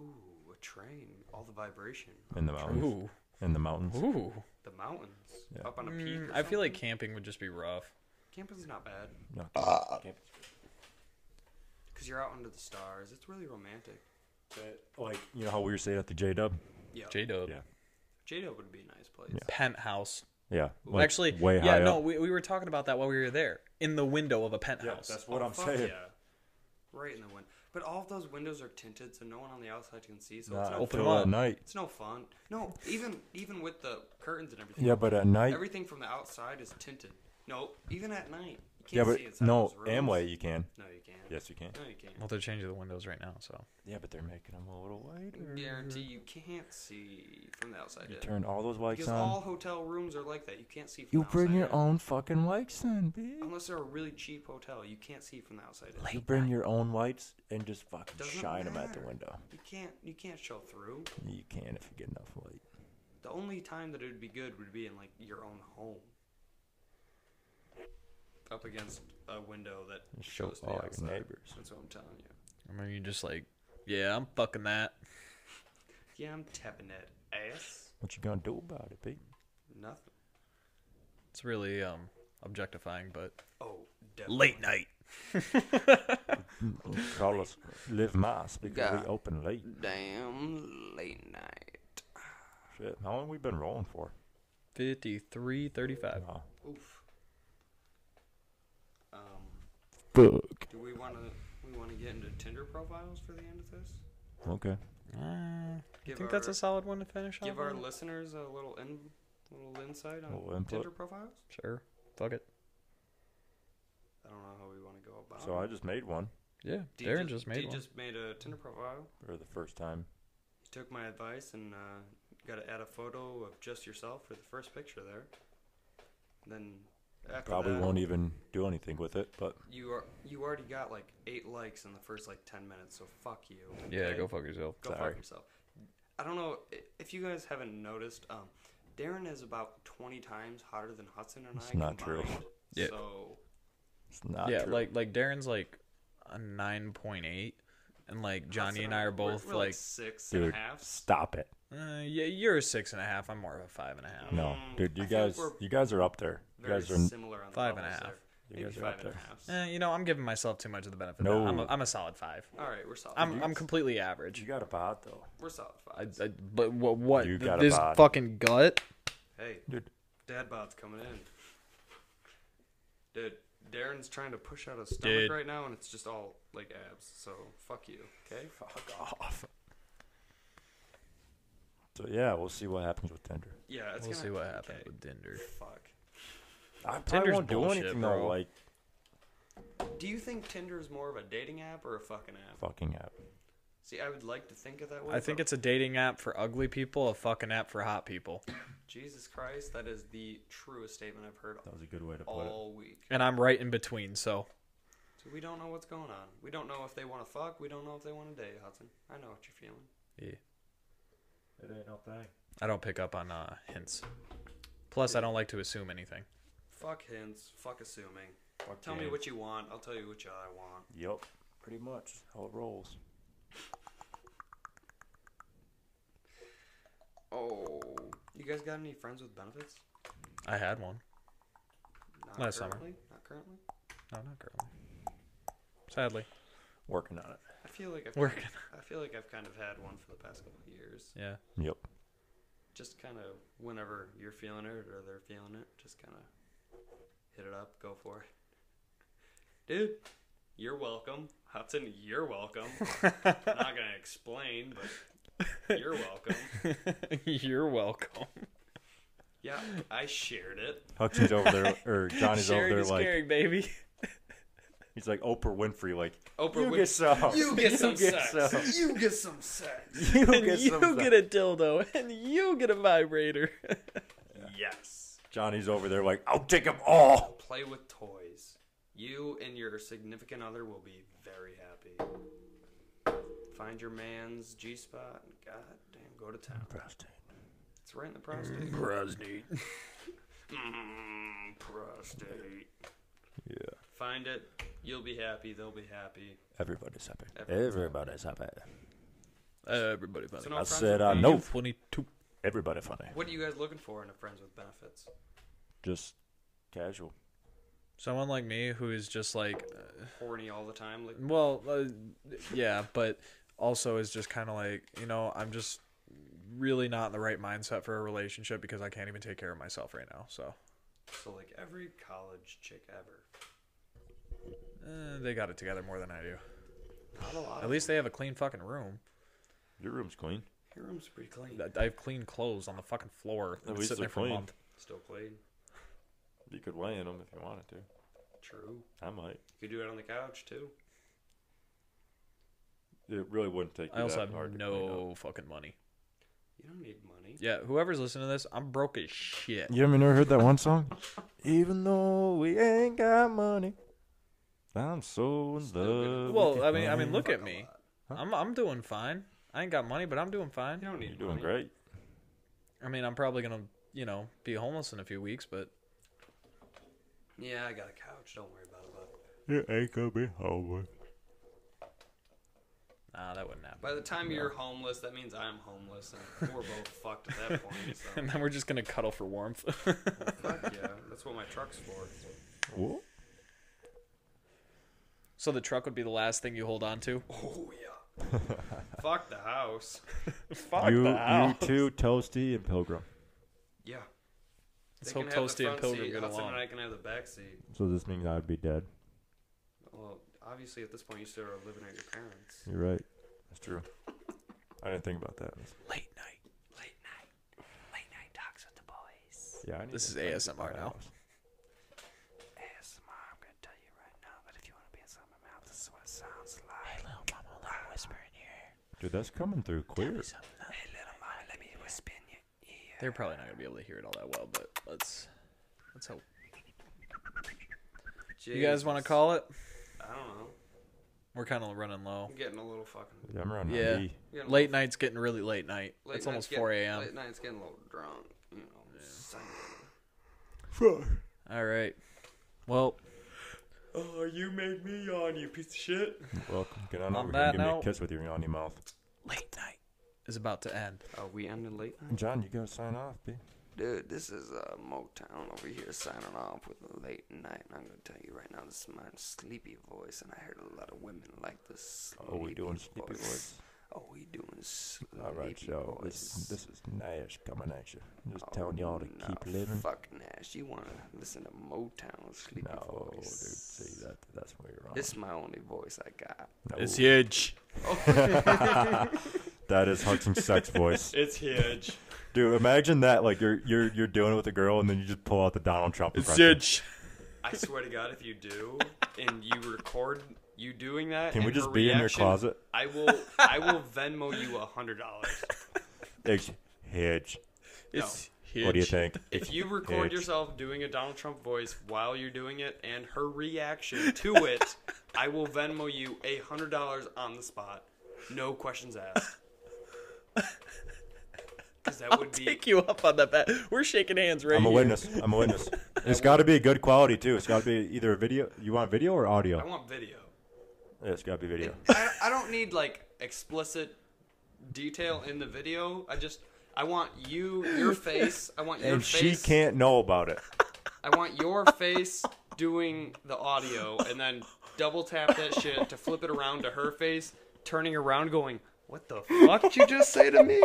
Speaker 3: Ooh, a train. All the vibration.
Speaker 1: in the mountains.
Speaker 4: Ooh,
Speaker 1: In the mountains.
Speaker 4: ooh.
Speaker 3: The mountains.
Speaker 1: Yeah.
Speaker 3: Up on a peak.
Speaker 4: Mm,
Speaker 3: or
Speaker 4: I feel like
Speaker 3: something.
Speaker 4: camping would just be rough.
Speaker 3: camping's not bad
Speaker 1: No. Okay.
Speaker 3: because you're out under the stars. It's really romantic.
Speaker 1: But, Like you know how we were saying at the J Dub.
Speaker 3: Yeah.
Speaker 4: J Dub.
Speaker 1: Yeah.
Speaker 3: Jado would be a nice place.
Speaker 4: Penthouse.
Speaker 1: Yeah. like,
Speaker 4: Actually,
Speaker 1: way
Speaker 4: yeah,
Speaker 1: high
Speaker 4: no,
Speaker 1: up.
Speaker 4: we, we were talking about that while we were there. In the window of a
Speaker 1: Yeah,
Speaker 4: penthouse.
Speaker 1: that's what I'm
Speaker 3: Oh, Fuck
Speaker 1: saying.
Speaker 3: yeah. Right in the wind. But all of those windows are tinted, so no one on the outside can see. So it's
Speaker 1: Not
Speaker 3: no
Speaker 4: open
Speaker 1: until
Speaker 4: up.
Speaker 1: at night.
Speaker 3: It's no fun. No, even even with the curtains and everything.
Speaker 1: Yeah, but at night.
Speaker 3: Everything from the outside is tinted. No, even at night. You can't
Speaker 1: Yeah,
Speaker 3: see
Speaker 1: but
Speaker 3: inside
Speaker 1: no.
Speaker 3: those rooms.
Speaker 1: Amway, you can.
Speaker 3: No, you can't.
Speaker 1: Yes, you can.
Speaker 3: No, you can't.
Speaker 4: well, they're changing the windows right now, so.
Speaker 1: Yeah, but they're making them a little wider.
Speaker 4: Mm-hmm.
Speaker 3: Guarantee you can't see from the outside.
Speaker 1: You
Speaker 3: in.
Speaker 1: turn all those lights
Speaker 3: Because
Speaker 1: on.
Speaker 3: all hotel rooms are like that. You can't see from
Speaker 1: You
Speaker 3: the outside.
Speaker 1: bring your
Speaker 3: in.
Speaker 1: own fucking lights in, bitch.
Speaker 3: Unless they're a really cheap hotel, you can't see from the outside. in.
Speaker 1: You bring your own lights and just fucking
Speaker 3: Doesn't
Speaker 1: shine them at the
Speaker 3: matter.
Speaker 1: window.
Speaker 3: You can't you can't show through.
Speaker 1: You can if you get enough light.
Speaker 3: The only time that it would be good would be in like your own home. Up against a window that
Speaker 1: Just show
Speaker 3: shows the
Speaker 1: all your
Speaker 3: outside.
Speaker 1: neighbors.
Speaker 3: That's what I'm telling you.
Speaker 4: I mean, you just like, yeah, I'm fucking that.
Speaker 3: Yeah, I'm tapping that ass.
Speaker 1: What you gonna do about it,
Speaker 3: (laughs)
Speaker 1: Pete?
Speaker 3: Nothing.
Speaker 4: It's really um objectifying, but
Speaker 3: Oh, definitely.
Speaker 4: late night.
Speaker 1: Call us live mass because
Speaker 3: Yeah.
Speaker 1: we open late.
Speaker 3: Damn late night.
Speaker 1: Shit, how long we been rolling for?
Speaker 4: Fifty-three thirty-five.
Speaker 1: Oh,
Speaker 3: Oof. Um,
Speaker 1: fuck.
Speaker 3: do we want to we want to get into Tinder profiles for the end of this?
Speaker 1: Okay.
Speaker 4: Uh, I
Speaker 3: Give
Speaker 4: think that's
Speaker 3: our-
Speaker 4: a solid one to finish
Speaker 3: Give
Speaker 4: off
Speaker 3: our
Speaker 4: on.
Speaker 3: listeners a little in, little insight on
Speaker 1: Little input.
Speaker 3: Tinder profiles.
Speaker 4: Sure. Fuck it.
Speaker 3: I don't know how we want to go about.
Speaker 1: So
Speaker 3: it.
Speaker 1: I just made one
Speaker 4: Yeah,
Speaker 3: D
Speaker 4: Darren just, made
Speaker 3: D
Speaker 4: one.
Speaker 3: just made a Tinder profile.
Speaker 1: for the first time.
Speaker 3: He took my advice and uh, got to add a photo of just yourself for the first picture there. Then after
Speaker 1: Probably
Speaker 3: that,
Speaker 1: won't e- even do anything with it, but
Speaker 3: You are you already got like eight likes in the first like ten minutes, so fuck you.
Speaker 4: Yeah,
Speaker 3: okay? (laughs)
Speaker 4: go fuck yourself.
Speaker 3: Go fuck
Speaker 1: Sorry.
Speaker 3: yourself. I don't know i- if you guys haven't noticed. Um, Darren is about 20 times hotter than Hudson and
Speaker 1: It's
Speaker 3: I.
Speaker 1: not true.
Speaker 3: combined.
Speaker 4: Yeah.
Speaker 3: So
Speaker 1: It's not
Speaker 4: yeah,
Speaker 1: true.
Speaker 4: like like Darren's like a nine point eight, and like Johnny
Speaker 3: Hudson
Speaker 4: and I are
Speaker 3: we're-
Speaker 4: both
Speaker 3: we're
Speaker 4: like,
Speaker 3: six and a
Speaker 1: dude,
Speaker 3: half.
Speaker 1: stop it.
Speaker 4: uh, yeah, you're a six and a half. I'm more of a five and a half.
Speaker 1: No,
Speaker 3: Mm,
Speaker 1: dude, you
Speaker 3: I think
Speaker 1: guys,
Speaker 3: we're
Speaker 1: you guys are up there. You
Speaker 3: Very
Speaker 1: guys are.
Speaker 3: similar on the
Speaker 4: Five and a
Speaker 3: levels
Speaker 4: half.
Speaker 3: there.
Speaker 1: You
Speaker 3: Maybe
Speaker 1: guys are
Speaker 3: five
Speaker 1: up
Speaker 3: and a
Speaker 1: there.
Speaker 3: half.
Speaker 4: Eh, you know, I'm giving myself too much of the benefit. No, I'm a,
Speaker 1: No.
Speaker 4: I'm a solid five.
Speaker 3: All right, we're solid.
Speaker 4: I'm I'm completely average.
Speaker 1: You got a pot though,
Speaker 3: we're solid
Speaker 4: I,
Speaker 3: five.
Speaker 4: I, but what? What?
Speaker 1: You
Speaker 4: th-
Speaker 1: got a
Speaker 4: this
Speaker 1: bod.
Speaker 4: fucking gut.
Speaker 3: Hey,
Speaker 1: dude.
Speaker 3: dad bod's coming in. Dude, Darren's trying to push out his stomach
Speaker 4: Dude.
Speaker 3: right now, and it's just all like abs. So fuck you, okay?
Speaker 1: Fuck off. So yeah, we'll see what happens with Tinder.
Speaker 3: Yeah, it's
Speaker 4: We'll
Speaker 3: gonna
Speaker 4: see what
Speaker 3: have to be
Speaker 4: happens with Dinder.
Speaker 3: okay. Fuck.
Speaker 1: I probably
Speaker 4: Tinder's
Speaker 1: won't do
Speaker 4: bullshit,
Speaker 1: anything
Speaker 4: bro.
Speaker 1: though. Like
Speaker 3: Do you think Tinder is more of a dating app or a fucking app?
Speaker 1: fucking app.
Speaker 3: See, I would like to think of that way.
Speaker 4: I think
Speaker 3: but
Speaker 4: it's a dating app for ugly people, a fucking app for hot people,
Speaker 3: Jesus Christ, that is the truest statement I've heard
Speaker 1: That was a good way to put
Speaker 3: all week.
Speaker 4: and I'm right in between. So
Speaker 3: So we don't know what's going on. We don't know if they want to fuck. We don't know if they want to date, Hudson. I know what you're feeling.
Speaker 4: yeah,
Speaker 1: it. It ain't no thing.
Speaker 4: I don't pick up on uh, hints. Plus, I don't like to assume anything.
Speaker 3: Fuck hints. Fuck assuming.
Speaker 1: Fuck
Speaker 3: Tell me
Speaker 1: yeah.
Speaker 3: what you want. I'll tell you what I want.
Speaker 1: Yep, pretty much how it rolls.
Speaker 3: Oh. You guys got any friends with benefits?
Speaker 4: I had one.
Speaker 3: Not
Speaker 4: Last summer.
Speaker 3: currently? Not currently?
Speaker 4: No, not currently. Sadly,
Speaker 1: Working on it.
Speaker 3: I feel like I've
Speaker 4: working.
Speaker 3: I feel like I've kind of had one for the past couple of years.
Speaker 4: Yeah.
Speaker 1: Yep.
Speaker 3: Just kind of whenever you're feeling it or they're feeling it, just kind of hit it up, go for it. (laughs) Dude, you're welcome. Hudson, you're welcome. I'm not going to explain, but you're welcome.
Speaker 1: (laughs)
Speaker 4: You're welcome.
Speaker 3: Yeah, I shared it.
Speaker 1: Huxley's over
Speaker 3: (laughs)
Speaker 1: there, or Johnny's over there, like
Speaker 4: baby.
Speaker 1: he's like Oprah Winfrey, like
Speaker 3: Oprah
Speaker 1: you
Speaker 3: Win-
Speaker 1: get some, (laughs)
Speaker 3: (laughs) sex.
Speaker 1: some.
Speaker 3: (laughs) You get some
Speaker 1: (laughs)
Speaker 3: sex.
Speaker 1: you get some.
Speaker 4: a dildo, and you get a vibrator. (laughs)
Speaker 3: Yes.
Speaker 1: Johnny's over there, like I'll take them all.
Speaker 3: Play with toys. You and your significant other will be very happy. Find your man's G spot. and God damn, go to town. It's right in the prostate.
Speaker 1: Mm-hmm. Prostate.
Speaker 3: Mm, prostate.
Speaker 1: Yeah.
Speaker 3: Find it. You'll be happy. They'll be happy.
Speaker 1: Everybody's happy.
Speaker 3: Everybody's
Speaker 1: Everybody's happy.
Speaker 4: Uh, Everybody, buddy.
Speaker 3: So no
Speaker 1: I
Speaker 3: friends
Speaker 1: said,
Speaker 3: with-
Speaker 1: uh, no.
Speaker 4: Twenty-two.
Speaker 1: Everybody funny.
Speaker 3: What are you guys looking for in a friends with benefits?
Speaker 1: Just casual.
Speaker 4: Someone like me who is just like, uh,
Speaker 3: Horny all the time? Like,
Speaker 4: well, uh, yeah, but also is just kind of like, you know, I'm just really not in the right mindset for a relationship because I can't even take care of myself right now. So
Speaker 3: so like every college chick ever.
Speaker 4: uh, they got it together more than I do.
Speaker 3: Not a lot.
Speaker 4: At least they have a clean fucking room.
Speaker 1: Your room's clean.
Speaker 3: Your room's pretty clean.
Speaker 4: I- I have clean clothes on the fucking floor. I've been
Speaker 1: least
Speaker 4: sitting
Speaker 1: they're
Speaker 4: there for a
Speaker 1: clean.
Speaker 4: month.
Speaker 3: Still clean.
Speaker 1: You could lay in them if you wanted to.
Speaker 3: True.
Speaker 1: I might.
Speaker 3: You could do it on the couch too.
Speaker 1: It really wouldn't take.
Speaker 4: I also have no fucking money.
Speaker 3: You don't need money.
Speaker 4: Yeah, whoever's listening to this, I'm broke
Speaker 1: (laughs)
Speaker 4: as shit.
Speaker 1: You ever never heard that one song? (laughs) Even though we ain't got money, I'm so in love.
Speaker 4: Well, I mean, I mean, look
Speaker 3: Fuck
Speaker 4: at
Speaker 3: a
Speaker 4: me.
Speaker 3: lot.
Speaker 4: I'm I'm doing fine. I ain't got money, but I'm doing
Speaker 3: You
Speaker 4: fine.
Speaker 3: don't need
Speaker 1: you're doing
Speaker 3: money.
Speaker 1: great.
Speaker 4: I mean, I'm probably gonna, you know, be homeless in a few weeks, but
Speaker 3: Yeah, I got a couch. Don't worry about it.
Speaker 1: You
Speaker 3: bud.
Speaker 1: ain't gonna be homeboy.
Speaker 4: nah, that wouldn't happen.
Speaker 3: By the time you're homeless, that means I'm homeless, and we're both fucked at that point.
Speaker 1: (laughs)
Speaker 3: So.
Speaker 4: And then we're just gonna cuddle for warmth. (laughs)
Speaker 3: Fuck yeah, that's what my truck's for.
Speaker 1: What?
Speaker 4: so the truck would be the last thing you hold on to.
Speaker 3: Oh yeah. (laughs) Fuck the house.
Speaker 4: Fuck
Speaker 1: you,
Speaker 4: the house.
Speaker 1: you too, Toasty and Pilgrim.
Speaker 3: Yeah.
Speaker 4: Let's
Speaker 3: They
Speaker 4: hope
Speaker 3: can have the
Speaker 4: Toasty and
Speaker 3: front
Speaker 4: Pilgrim
Speaker 3: seat,
Speaker 4: get
Speaker 3: Hudson
Speaker 4: along.
Speaker 3: and I can have the back seat.
Speaker 1: So this means I'd be dead.
Speaker 3: Well, obviously at this point you still are living at your parents.
Speaker 1: You're right. That's true. I didn't think about that.
Speaker 4: Late night.
Speaker 3: Late night, late night talks with the boys.
Speaker 1: Yeah, I need
Speaker 4: This
Speaker 1: to
Speaker 4: is
Speaker 1: find
Speaker 4: ASMR
Speaker 1: a
Speaker 4: now.
Speaker 1: house.
Speaker 3: ASMR, I'm gonna tell you right now that if you want to be inside my mouth, this is what it sounds like. Hey little mama, let me whisper in your ear.
Speaker 1: Dude, that's coming through clear.
Speaker 3: Hey little mama, let me whisper in your ear.
Speaker 4: They're probably not gonna be able to hear it all that well, but let's let's hope. You guys want to call it?
Speaker 3: I don't know.
Speaker 4: We're kind of running low.
Speaker 3: I'm getting a little fucking.
Speaker 1: Yeah, I'm E. around
Speaker 4: Yeah.
Speaker 1: 90.
Speaker 3: getting a
Speaker 4: Late night's getting really late night.
Speaker 3: little- late
Speaker 4: it's almost
Speaker 3: night's getting-
Speaker 4: 4 a.m.
Speaker 3: Late night's getting a little drunk. You know, I'm just saying.
Speaker 4: All right. Well,
Speaker 3: Oh, you made me yawn, you piece of shit.
Speaker 1: Well, get on
Speaker 4: On
Speaker 1: over here
Speaker 4: that
Speaker 1: and give me
Speaker 4: note-
Speaker 1: a kiss with your yawny mouth.
Speaker 4: late night is about to end.
Speaker 3: Are we ending late night?
Speaker 1: John, you gotta sign off, B.
Speaker 3: Dude, this is uh, Motown over here signing off with a late night. And I'm going to tell you right now, this is my sleepy voice, and I heard a lot of women like this.
Speaker 1: Oh, we doing sleepy voice.
Speaker 3: Oh, we doing sleepy
Speaker 1: All right, y'all. This,
Speaker 3: voice.
Speaker 1: this is Nash coming at you. I'm just
Speaker 3: Oh,
Speaker 1: telling y'all to
Speaker 3: no,
Speaker 1: keep living.
Speaker 3: Fuck Nash. You want to listen to Motown sleepy
Speaker 1: No, dude.
Speaker 3: voice?
Speaker 1: See, that, that's where you're wrong.
Speaker 3: This is my only voice I got.
Speaker 1: No.
Speaker 4: It's huge.
Speaker 1: That is Hudson's
Speaker 3: (laughs)
Speaker 1: sex voice.
Speaker 4: It's huge.
Speaker 1: Dude, imagine that. Like, you're, you're, you're doing it with a girl, and then you just pull out the Donald Trump
Speaker 4: It's
Speaker 1: impression.
Speaker 4: huge.
Speaker 3: I swear to God, if you do and you record you doing that,
Speaker 1: Can we
Speaker 3: and
Speaker 1: just
Speaker 3: her
Speaker 1: be in your
Speaker 3: reaction,
Speaker 1: closet?
Speaker 3: I will. I will Venmo you a hundred dollars
Speaker 1: It's huge.
Speaker 4: It's huge.
Speaker 1: What do you think?
Speaker 3: if you record
Speaker 1: Huge.
Speaker 3: yourself doing a Donald Trump voice while you're doing it and her reaction to it. I will Venmo you a hundred dollars on the spot, no questions asked. Because that would be
Speaker 4: Pick you up on that bet. We're shaking hands right
Speaker 1: I'm a
Speaker 4: here.
Speaker 1: witness. I'm a
Speaker 3: (laughs)
Speaker 1: witness. It's got to be good quality too. It's got to be either a video. You want video or audio?
Speaker 3: I want video.
Speaker 1: Yeah, it's got to be video.
Speaker 3: I, I don't need like explicit detail in the video. I just I want you your face. I want your
Speaker 1: And she
Speaker 3: face.
Speaker 1: can't know about it.
Speaker 3: I want your face doing the audio and then double tap that shit to flip it around to her face, turning around going, "What the fuck did you just say to me?"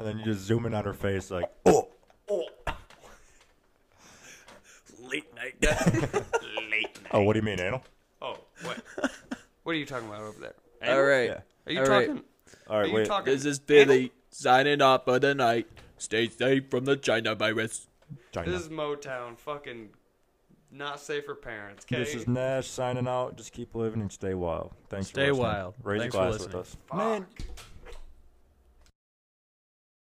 Speaker 1: And then you just zoom in on her face, like, oh,
Speaker 4: Late night.
Speaker 1: (laughs) oh, what do you mean, anal?
Speaker 3: Oh, what? What are you talking about over there?
Speaker 4: All right.
Speaker 1: Yeah.
Speaker 3: Are you
Speaker 4: All right.
Speaker 3: talking?
Speaker 1: All
Speaker 3: Are
Speaker 1: right,
Speaker 3: you
Speaker 1: wait.
Speaker 3: talking?
Speaker 4: This is Billy signing off for the night. Stay safe from the China virus.
Speaker 1: China.
Speaker 3: This is Motown. Fucking not safe for parents. Okay.
Speaker 1: This is Nash signing out. Just keep living and stay wild. Thanks. for
Speaker 4: Stay
Speaker 1: listening.
Speaker 4: wild.
Speaker 1: Raise
Speaker 4: Thanks
Speaker 1: a
Speaker 4: for
Speaker 1: glass with
Speaker 4: listening.
Speaker 1: us, man.